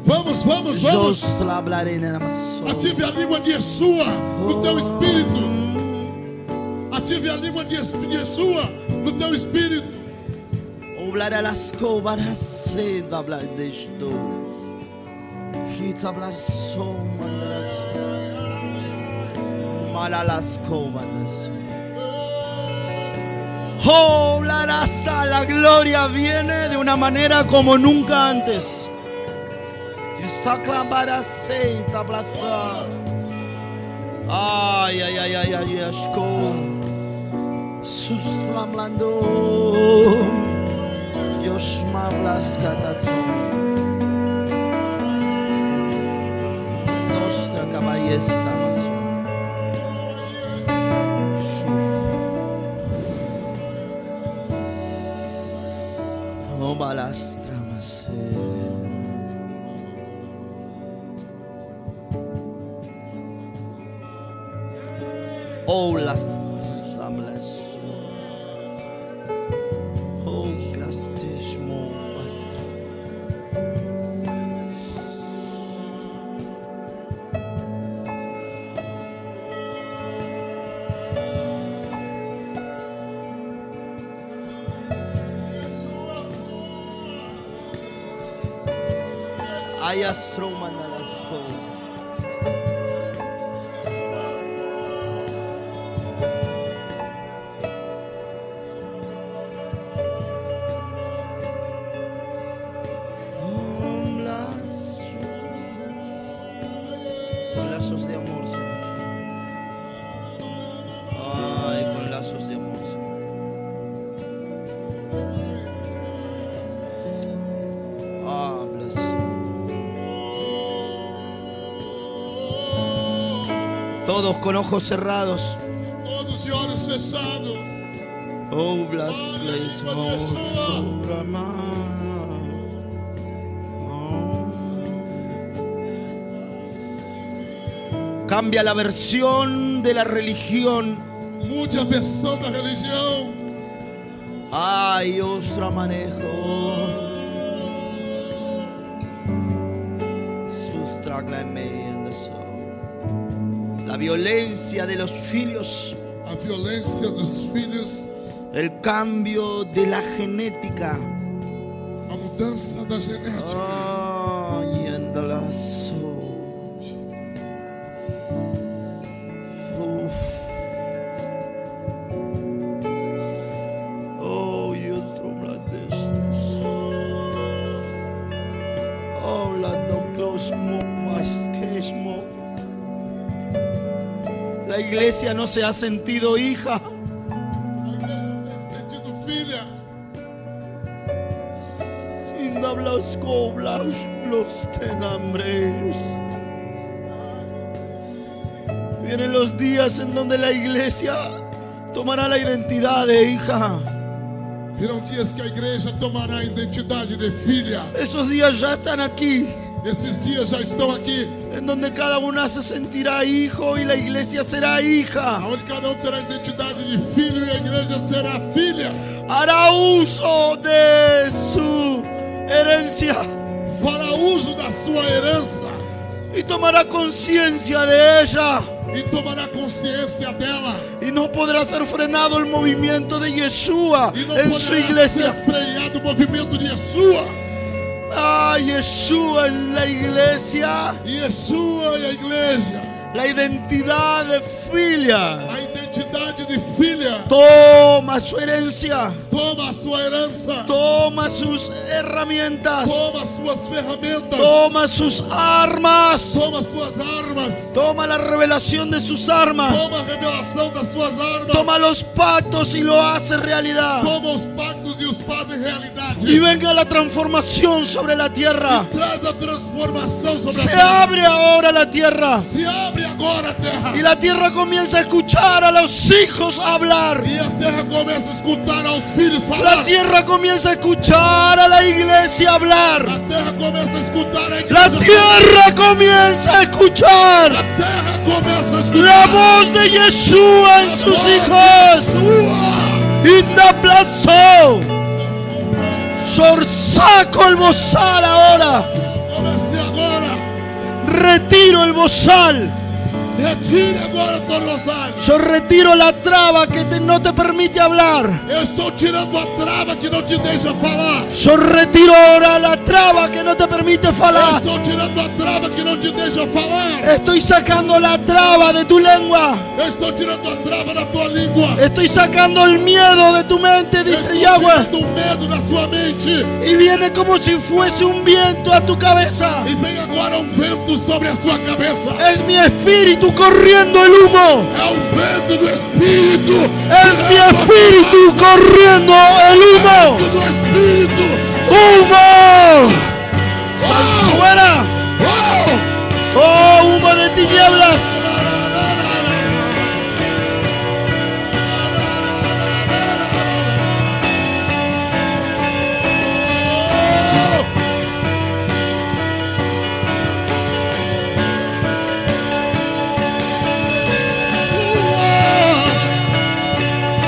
Speaker 2: Vamos, vamos, vamos.
Speaker 1: Justo hablaré en el amazo.
Speaker 2: Ative a língua de Yeshua no teu espírito. Ative a língua de Yes- de Yeshua no teu espírito.
Speaker 1: Oblaré las cobras. Sed hablar de esto. Quita hablar son. Mala las cobras. Oh, la raza, la gloria viene de una manera como nunca antes. Y está clamada, se está abrazada. Ay, ay, ay, ay, ay, asco. Sustramlando. Dios mablas catazón. Nostra caballesta más. Bomba las tramas. Oh, las tramas. Oh, las tramas. Hay astroman a las cosas. Con lazos, con lazos de amor, Señor. Ay, con lazos de amor, Señor. Habla, Señor. Todos con ojos cerrados.
Speaker 2: Todos de olhos fechados.
Speaker 1: Oh, bless place, oh, Rama. Oh. Cambia la versión de la religión.
Speaker 2: Mude a versão da religião.
Speaker 1: Ay, ostra manejo. Sustragla en medio de eso. La violencia de los filhos,
Speaker 2: a violência dos filhos,
Speaker 1: el cambio de la genética.
Speaker 2: a mudança da genética.
Speaker 1: Ay, en de la sol. Uf. Oh, y el tromblantes. Oh, la doclos mo- más que es mo. La iglesia no se ha sentido hija.
Speaker 2: A igreja tem sentido filha,
Speaker 1: Sin hablas coblas los tenambres. Vienen los días en donde la iglesia tomará la identidad de hija.
Speaker 2: virão dias que a igreja tomará a identidade de filha.
Speaker 1: Esos días ya están aquí,
Speaker 2: Esses dias já estão aqui,
Speaker 1: en donde cada una se sentirá hijo y la iglesia será hija.
Speaker 2: onde cada um terá a identidade de filho e a igreja será filha.
Speaker 1: hará uso de su herencia
Speaker 2: fará uso da sua herança
Speaker 1: y tomará conciencia de ella.
Speaker 2: e tomará consciência dela.
Speaker 1: Y no podrá ser frenado el movimiento de Yeshua
Speaker 2: E não
Speaker 1: en su
Speaker 2: poderá
Speaker 1: iglesia.
Speaker 2: ser freado o movimento de Yeshua.
Speaker 1: Ah, Yeshua en la iglesia,
Speaker 2: Yeshua e a igreja,
Speaker 1: la identidad de filia,
Speaker 2: a identidade de filha,
Speaker 1: toma su herencia,
Speaker 2: toma a sua herança,
Speaker 1: toma sus herramientas,
Speaker 2: toma as suas ferramentas,
Speaker 1: toma sus armas,
Speaker 2: toma as suas armas,
Speaker 1: toma la revelación de sus armas,
Speaker 2: toma a revelação das suas armas,
Speaker 1: toma los pactos y lo hace realidad.
Speaker 2: toma os pactos e os faz em realidade.
Speaker 1: Y venga la transformación sobre la tierra.
Speaker 2: Traz a transformação sobre
Speaker 1: Se
Speaker 2: a terra.
Speaker 1: abre ahora la tierra.
Speaker 2: Se abre agora a terra.
Speaker 1: Y la tierra comienza a escuchar a los hijos hablar.
Speaker 2: E a terra começa a escutar aos filhos
Speaker 1: La
Speaker 2: falar.
Speaker 1: tierra comienza a escuchar a la iglesia hablar.
Speaker 2: A terra começa a escutar a
Speaker 1: La
Speaker 2: igreja.
Speaker 1: tierra comienza a escuchar
Speaker 2: A terra começa a
Speaker 1: la
Speaker 2: escutar
Speaker 1: voz de Yeshua en
Speaker 2: a
Speaker 1: sus
Speaker 2: voz de
Speaker 1: hijos.
Speaker 2: Yeshua.
Speaker 1: Y te aplazó. Sorsaco el bozal ahora.
Speaker 2: Comece agora.
Speaker 1: Retiro el bozal.
Speaker 2: Retire agora todo rosário.
Speaker 1: Yo retiro la traba que te- no te permite hablar.
Speaker 2: Eu estou tirando a trava que não te deixa falar.
Speaker 1: Yo retiro ahora la traba que no te permite
Speaker 2: Eu
Speaker 1: falar.
Speaker 2: estou tirando a trava que não te deixa falar.
Speaker 1: Estoy sacando la traba de tu lengua.
Speaker 2: Eu estou tirando a trava da tua língua.
Speaker 1: Estoy sacando el miedo de tu mente,
Speaker 2: Eu
Speaker 1: dice
Speaker 2: estou
Speaker 1: Yahweh.
Speaker 2: tirando o medo da sua mente.
Speaker 1: Y viene como si fuese un viento a tu cabeza.
Speaker 2: E vem agora um vento sobre a sua cabeça.
Speaker 1: Es mi espíritu corriendo el humo.
Speaker 2: É o vento do Espírito.
Speaker 1: Es mi espíritu corriendo el
Speaker 2: É o
Speaker 1: humo.
Speaker 2: vento do Espírito.
Speaker 1: ¡Humo! ¡Sal
Speaker 2: Oh!
Speaker 1: fuera!
Speaker 2: Oh!
Speaker 1: ¡Oh, humo de tinieblas!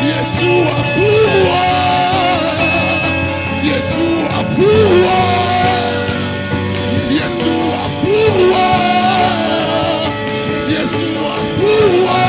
Speaker 2: Yeshua, voa! Yeshua, voa! Yeshua, voa! Yeshua, voa!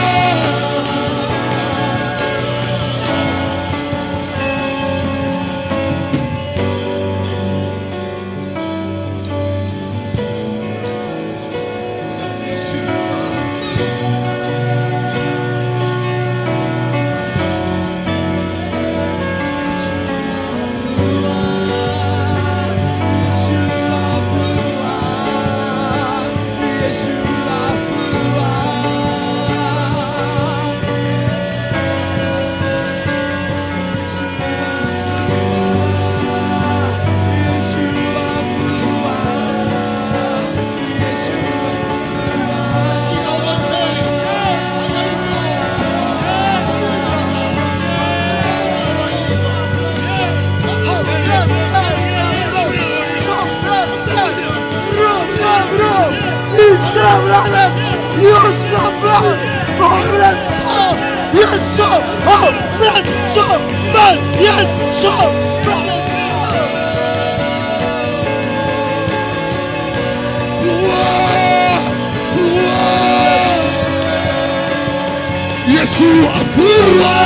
Speaker 2: Yeshua, voa!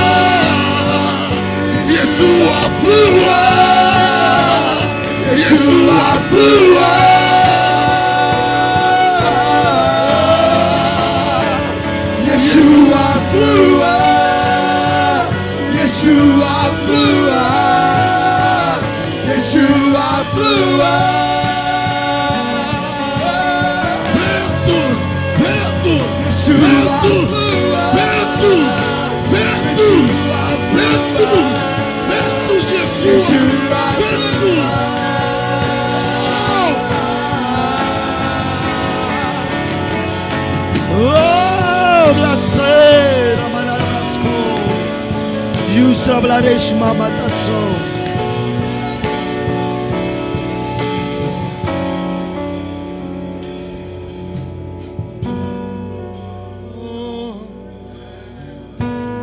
Speaker 2: Yeshua, voa! Yeshua, voa! Yeshua, voa! Yeshua, voa! Yeshua, voa! Ventos, ventos, ventos, ventos, ventos, ventos, ventos, Yeshua, ventos.
Speaker 1: Oh, placer, amarasco. Y os hablaréis mamatazón.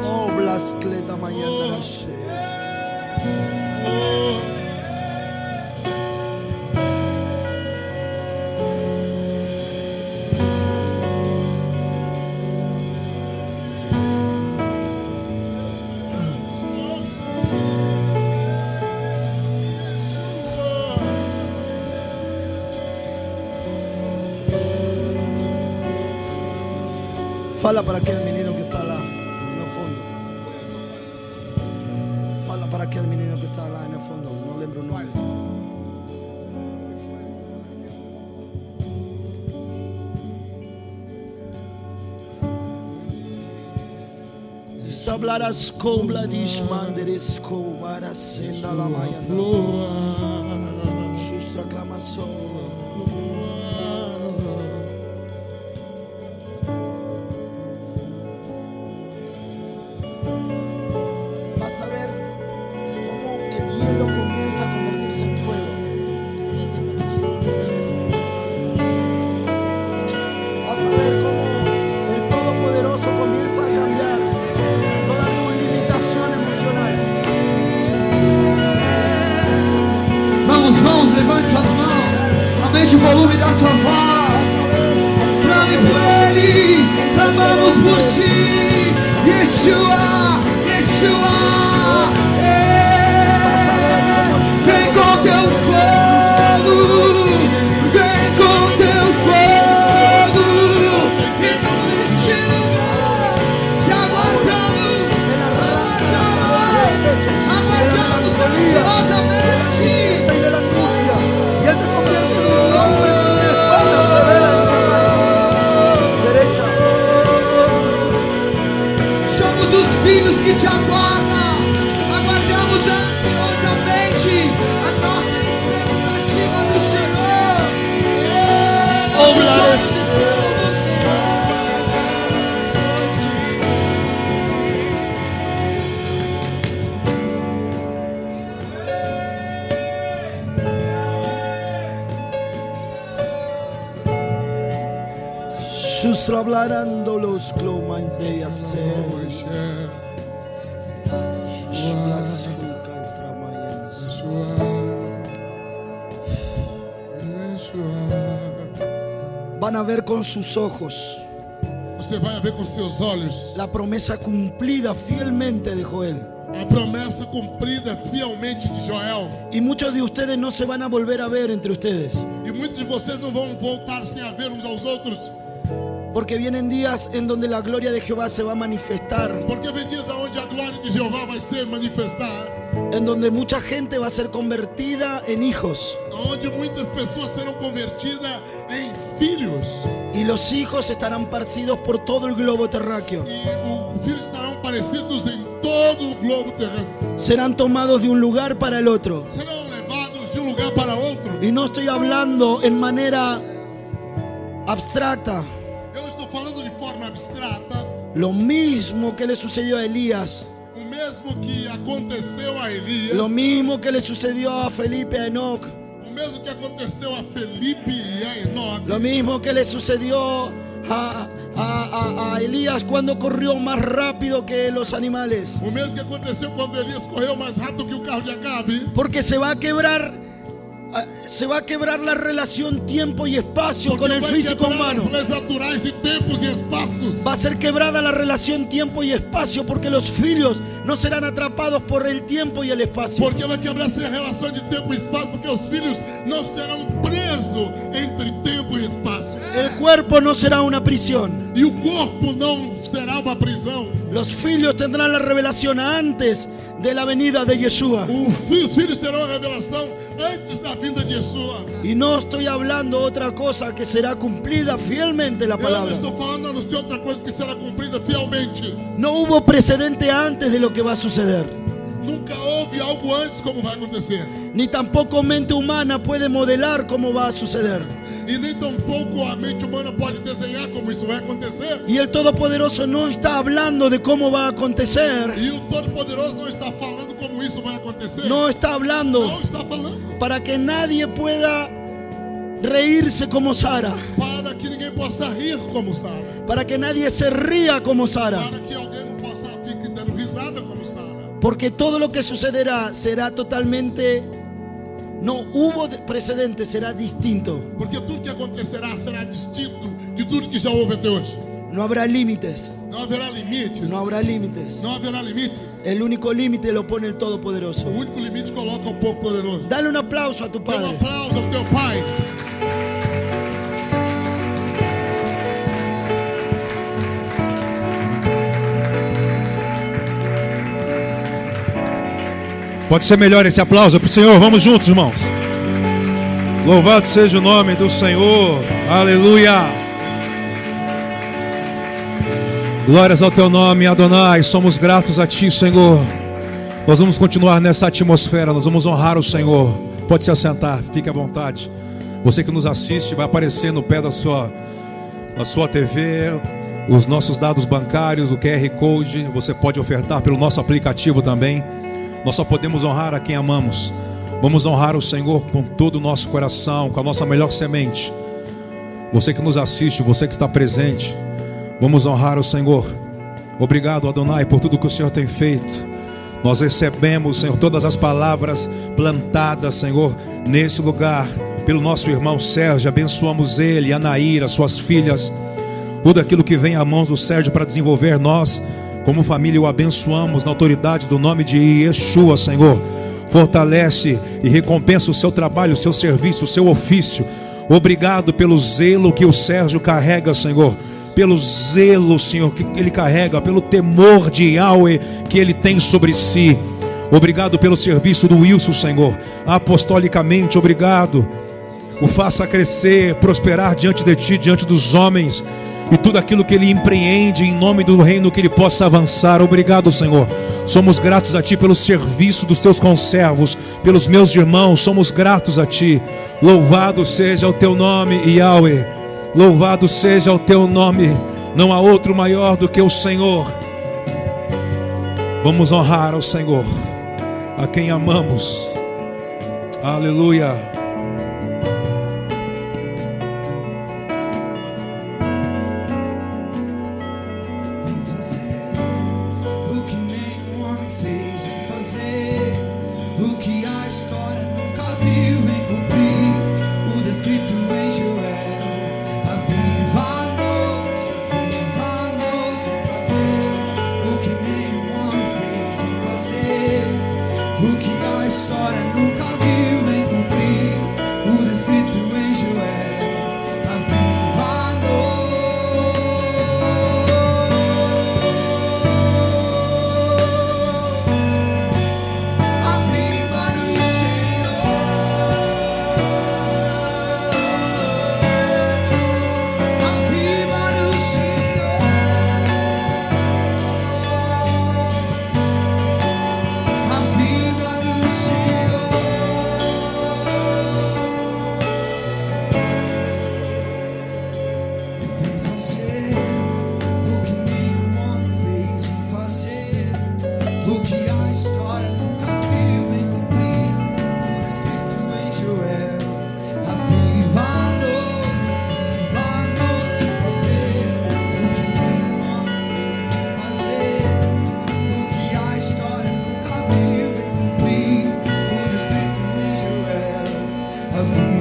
Speaker 1: Oh, blascleta mañana. Fala para aquele menino que está lá no fundo. Fala para aquele menino que está lá no fundo. Não lembro o nome. Sablarás com bladismanderes com varacenda la maia. Justra aclamação. Vas a ver cómo el hielo comienza a convertirse en fuego. Vas a ver cómo el Todopoderoso comienza a cambiar toda tu limitación emocional.
Speaker 3: Vamos, vamos, levante suas mãos. Aumente o volume da sua voz. Clame por Ele, clamamos por Ti. Yeshua, Yeshua. é. Vem com Teu fogo. Vem com Teu fogo. E por este lugar te aguardamos. Aguardamos. Aguardamos ansiosamente.
Speaker 1: Sal de la angustia y Él te convierte en un hombre de espaldas a ver a tu derecha.
Speaker 3: Somos os filhos que te aguardam. Aguardamos ansiosamente a nossa expectativa do Senhor. Ouve
Speaker 1: Sus hablarando los clomas de hacer. Van a ver con sus ojos
Speaker 2: Você vai ver com seus olhos
Speaker 1: la promesa cumplida fielmente de Joel.
Speaker 2: a promessa cumprida fielmente de Joel.
Speaker 1: Y muchos de ustedes no se van a volver a ver entre ustedes.
Speaker 2: E muitos de vocês não vão voltar sem haver uns aos outros,
Speaker 1: Porque vienen días en donde la gloria de Jehová se va a manifestar.
Speaker 2: porque vem dias onde a glória de Jeová vai ser manifestada,
Speaker 1: En donde mucha gente va a ser convertida en hijos.
Speaker 2: onde muitas pessoas serão convertidas em filhos,
Speaker 1: Y los hijos estarán parcidos por todo el globo terráqueo.
Speaker 2: e os filhos estarão parecidos em todo o globo terreno,
Speaker 1: Serán tomados de un lugar para el otro.
Speaker 2: serão levados de um lugar para outro.
Speaker 1: Y no estoy hablando en manera abstracta.
Speaker 2: Eu estou falando de forma abstrata,
Speaker 1: Lo mismo que le sucedió a Elías.
Speaker 2: o mesmo que aconteceu a Elias,
Speaker 1: Lo mismo que le sucedió a Felipe, a Enoch.
Speaker 2: o mesmo que aconteceu a Felipe e a Enoque.
Speaker 1: Lo mismo que le sucedió a, a- a- a Elías cuando corrió más rápido que los animales.
Speaker 2: O mesmo que aconteceu quando Elias correu mais rápido que o carro de Acabe.
Speaker 1: Porque se va a quebrar, ah, se va a quebrar la relación tiempo y espacio con
Speaker 2: Porque
Speaker 1: el
Speaker 2: vai
Speaker 1: físico
Speaker 2: quebrar
Speaker 1: humano.
Speaker 2: As leis naturais de tempos e espaços.
Speaker 1: Va a ser quebrada la relación tiempo y espacio porque los filhos no serán atrapados por el tiempo y el espacio.
Speaker 2: Porque vai quebrar essa relação de tempo e espaço. Porque os filhos não serão presos entre tempo e espaço.
Speaker 1: El cuerpo no será una prisión.
Speaker 2: E o corpo não será uma prisão.
Speaker 1: Los filhos tendrán la revelación antes de la venida de Yeshua.
Speaker 2: O fi- Os filhos terão a revelação antes da vinda de Yeshua.
Speaker 1: Y no estoy hablando otra cosa que será cumplida fielmente la
Speaker 2: Eu não
Speaker 1: palabra.
Speaker 2: estou falando a não ser outra coisa que será cumprida fielmente.
Speaker 1: No hubo precedente antes de lo que va a suceder.
Speaker 2: Nunca houve algo antes como vai acontecer.
Speaker 1: Ni tampoco mente humana puede modelar cómo va a suceder.
Speaker 2: E nem tampouco a mente humana pode desenhar como isso vai acontecer.
Speaker 1: Y el Todopoderoso no está hablando de cómo va a acontecer.
Speaker 2: E o Todo-Poderoso não está falando como isso vai acontecer.
Speaker 1: No está hablando
Speaker 2: Não está falando
Speaker 1: para que nadie pueda reírse como Sara.
Speaker 2: para que ninguém possa rir como Sara.
Speaker 1: Para que nadie se ría como Sara.
Speaker 2: Para que alguém não possa ficar dando risada como Sara.
Speaker 1: Porque todo lo que sucederá será totalmente... No hubo de- precedente, será distinto.
Speaker 2: Porque tudo que acontecerá será distinto de tudo que já houve até hoje.
Speaker 1: No habrá límites.
Speaker 2: Não haverá limites.
Speaker 1: No habrá límites.
Speaker 2: Não haverá limites.
Speaker 1: El único límite lo pone el
Speaker 2: O
Speaker 1: Todopoderoso.
Speaker 2: único limite coloca o povo poderoso.
Speaker 1: Dale un aplauso a tu
Speaker 2: Dê um
Speaker 1: Padre.
Speaker 2: aplauso ao teu pai.
Speaker 3: Pode ser melhor esse aplauso para o Senhor. Vamos juntos, irmãos. Louvado seja o nome do Senhor. Aleluia. Glórias ao teu nome, Adonai. Somos gratos a ti, Senhor. Nós vamos continuar nessa atmosfera. Nós vamos honrar o Senhor. Pode se assentar, fique à vontade. Você que nos assiste vai aparecer no pé da sua na sua TV, os nossos dados bancários, o QR Code, você pode ofertar pelo nosso aplicativo também. Nós só podemos honrar a quem amamos. Vamos honrar o Senhor com todo o nosso coração, com a nossa melhor semente. Você que nos assiste, você que está presente, vamos honrar o Senhor. Obrigado, Adonai, por tudo que o Senhor tem feito. Nós recebemos, Senhor, todas as palavras plantadas, Senhor, neste lugar, pelo nosso irmão Sérgio. Abençoamos ele, a Naíra, suas filhas. Tudo aquilo que vem à mãos do Sérgio para desenvolver nós, como família, o abençoamos na autoridade do nome de Yeshua, Senhor. Fortalece e recompensa o seu trabalho, o seu serviço, o seu ofício. Obrigado pelo zelo que o Sérgio carrega, Senhor pelo zelo, Senhor, que ele carrega, pelo temor de Yahweh que ele tem sobre si. Obrigado pelo serviço do Wilson, Senhor. Apostolicamente, obrigado. O faça crescer, prosperar diante de ti, diante dos homens. E tudo aquilo que ele empreende em nome do reino que ele possa avançar. Obrigado, Senhor. Somos gratos a ti pelo serviço dos teus conservos, pelos meus irmãos. Somos gratos a ti. Louvado seja o teu nome, Yahweh. Louvado seja o teu nome. Não há outro maior do que o Senhor. Vamos honrar ao Senhor, a quem amamos. Aleluia.
Speaker 4: Em fazer o que nenhum homem fez em fazer, o que a história nunca viu em cumprir, o descrito é, em Joel, aviva-nos, aviva-nos em fazer o que nenhum homem fez em fazer, o que a história nunca viu em cumprir, o descrito é, em Joel, aviva-nos. Aviva-nos, Senhor. Aviva-nos, Senhor. Aviva-nos, Senhor. E vem fazer o que nenhum homem fez em fazer. O que a história nunca viu em cumprir, o escrito em Joel. Aviva-nos, aviva-nos em fazer o que nenhum homem fez em fazer. O que a história nunca viu em cumprir, o escrito em Joel.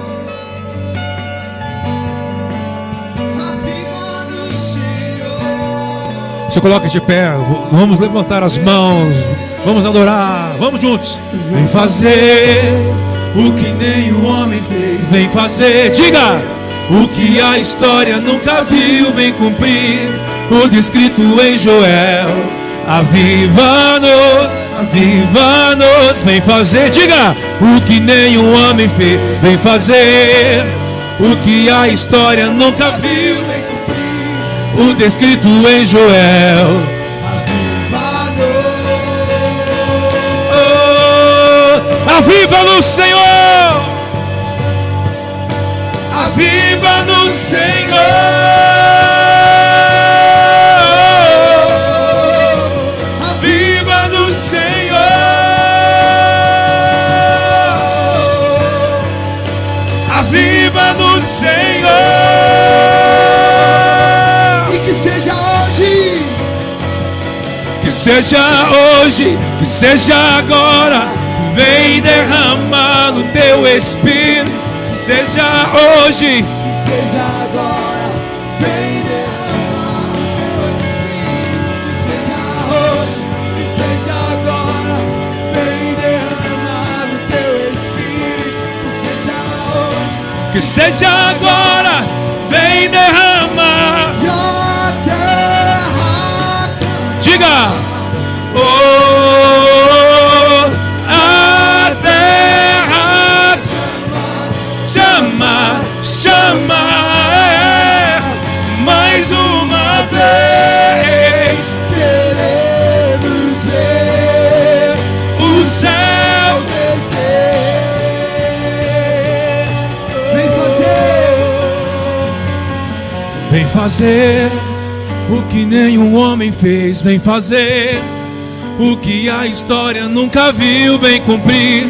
Speaker 4: Aviva-nos, oh.
Speaker 3: Se coloque de pé, v- vamos levantar as mãos, vamos adorar, vamos juntos. Vem fazer o que nenhum homem fez, vem fazer, diga! O que a história nunca viu, vem cumprir o descrito em Joel. Aviva-nos, aviva-nos, vem fazer, diga! O que nenhum homem fez, vem fazer o que a história nunca viu, vem cumprir o descrito em Joel. Oh, aviva no Senhor! Aviva Ah, no Senhor! Aviva Ah, no Senhor! Aviva Ah, no Senhor!
Speaker 5: E que seja hoje,
Speaker 3: Que seja hoje, que seja agora, vem derramar o teu espírito. Que seja hoje,
Speaker 5: que seja agora, bem derramado teu espírito. Que seja hoje, que seja agora, bem derramado teu espírito. Que seja hoje
Speaker 3: que seja agora, vem derramar
Speaker 5: e a terra
Speaker 3: Oh, é
Speaker 5: fazer o que nenhum homem fez, vem fazer o que a história nunca viu, vem cumprir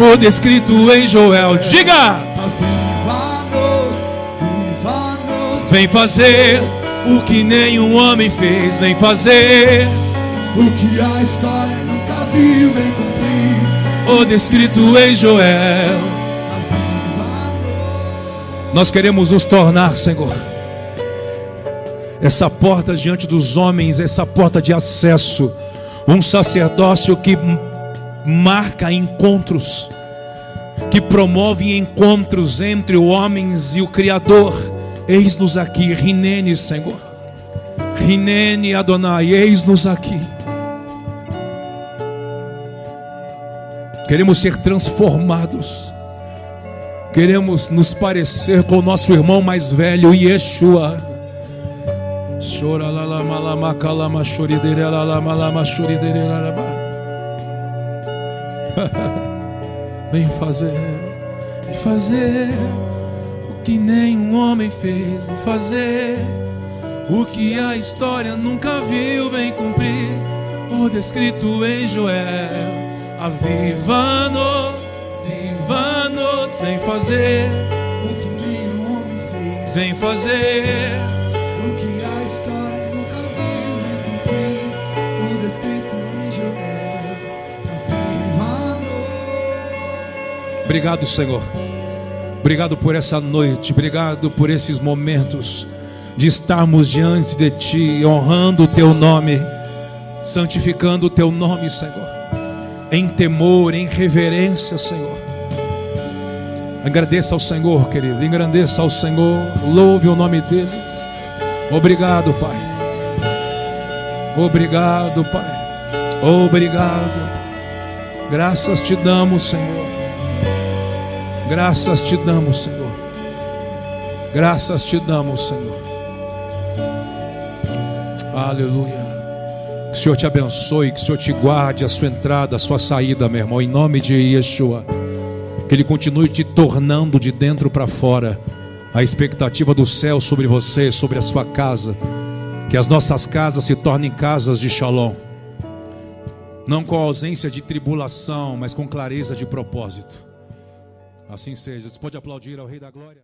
Speaker 5: o descrito em Joel. Diga!
Speaker 4: Aviva-nos, viva-nos,
Speaker 5: Vem fazer o que nenhum homem fez, vem fazer
Speaker 4: o que a história nunca viu, vem cumprir.
Speaker 5: o descrito em Joel.
Speaker 3: Nós queremos nos tornar, Senhor, essa porta diante dos homens, essa porta de acesso, um sacerdócio que m- marca encontros, que promove encontros entre os homens e o Criador. Eis-nos aqui, Rinene, Senhor. Rinene Adonai, eis-nos aqui. Queremos ser transformados. Queremos nos parecer com o nosso irmão mais velho, Yeshua. Chora lá, lá, lá, lá, lá, lá, lá, choridere, lá, lá, lá, lá, lá, choridere, lá, lá, lá. Vem fazer, vem fazer o que nenhum homem fez, vem fazer o que a história nunca viu, vem cumprir o descrito em Joel. Aviva-nos, viva-nos, vem fazer,
Speaker 4: O que nenhum homem fez,
Speaker 5: vem fazer.
Speaker 4: o que a história nunca viu, vem cumprir. O descrito em Joel. Aviva-nos.
Speaker 3: Obrigado, Senhor. Obrigado por essa noite, obrigado por esses momentos de estarmos diante de Ti, honrando o Teu nome, santificando o Teu nome, Senhor, em temor, em reverência, Senhor. Agradeça ao Senhor, querido, agradeça ao Senhor, louve o nome dEle. Obrigado, Pai. Obrigado, Pai. Obrigado. Graças te damos, Senhor. Graças te damos, Senhor. Graças te damos, Senhor. Aleluia. Que o Senhor te abençoe, que o Senhor te guarde a sua entrada, a sua saída, meu irmão, em nome de Yeshua. Que Ele continue te tornando de dentro para fora a expectativa do céu sobre você, sobre a sua casa. Que as nossas casas se tornem casas de shalom. Não com ausência de tribulação, mas com clareza de propósito. Assim seja. Você pode aplaudir ao Rei da Glória?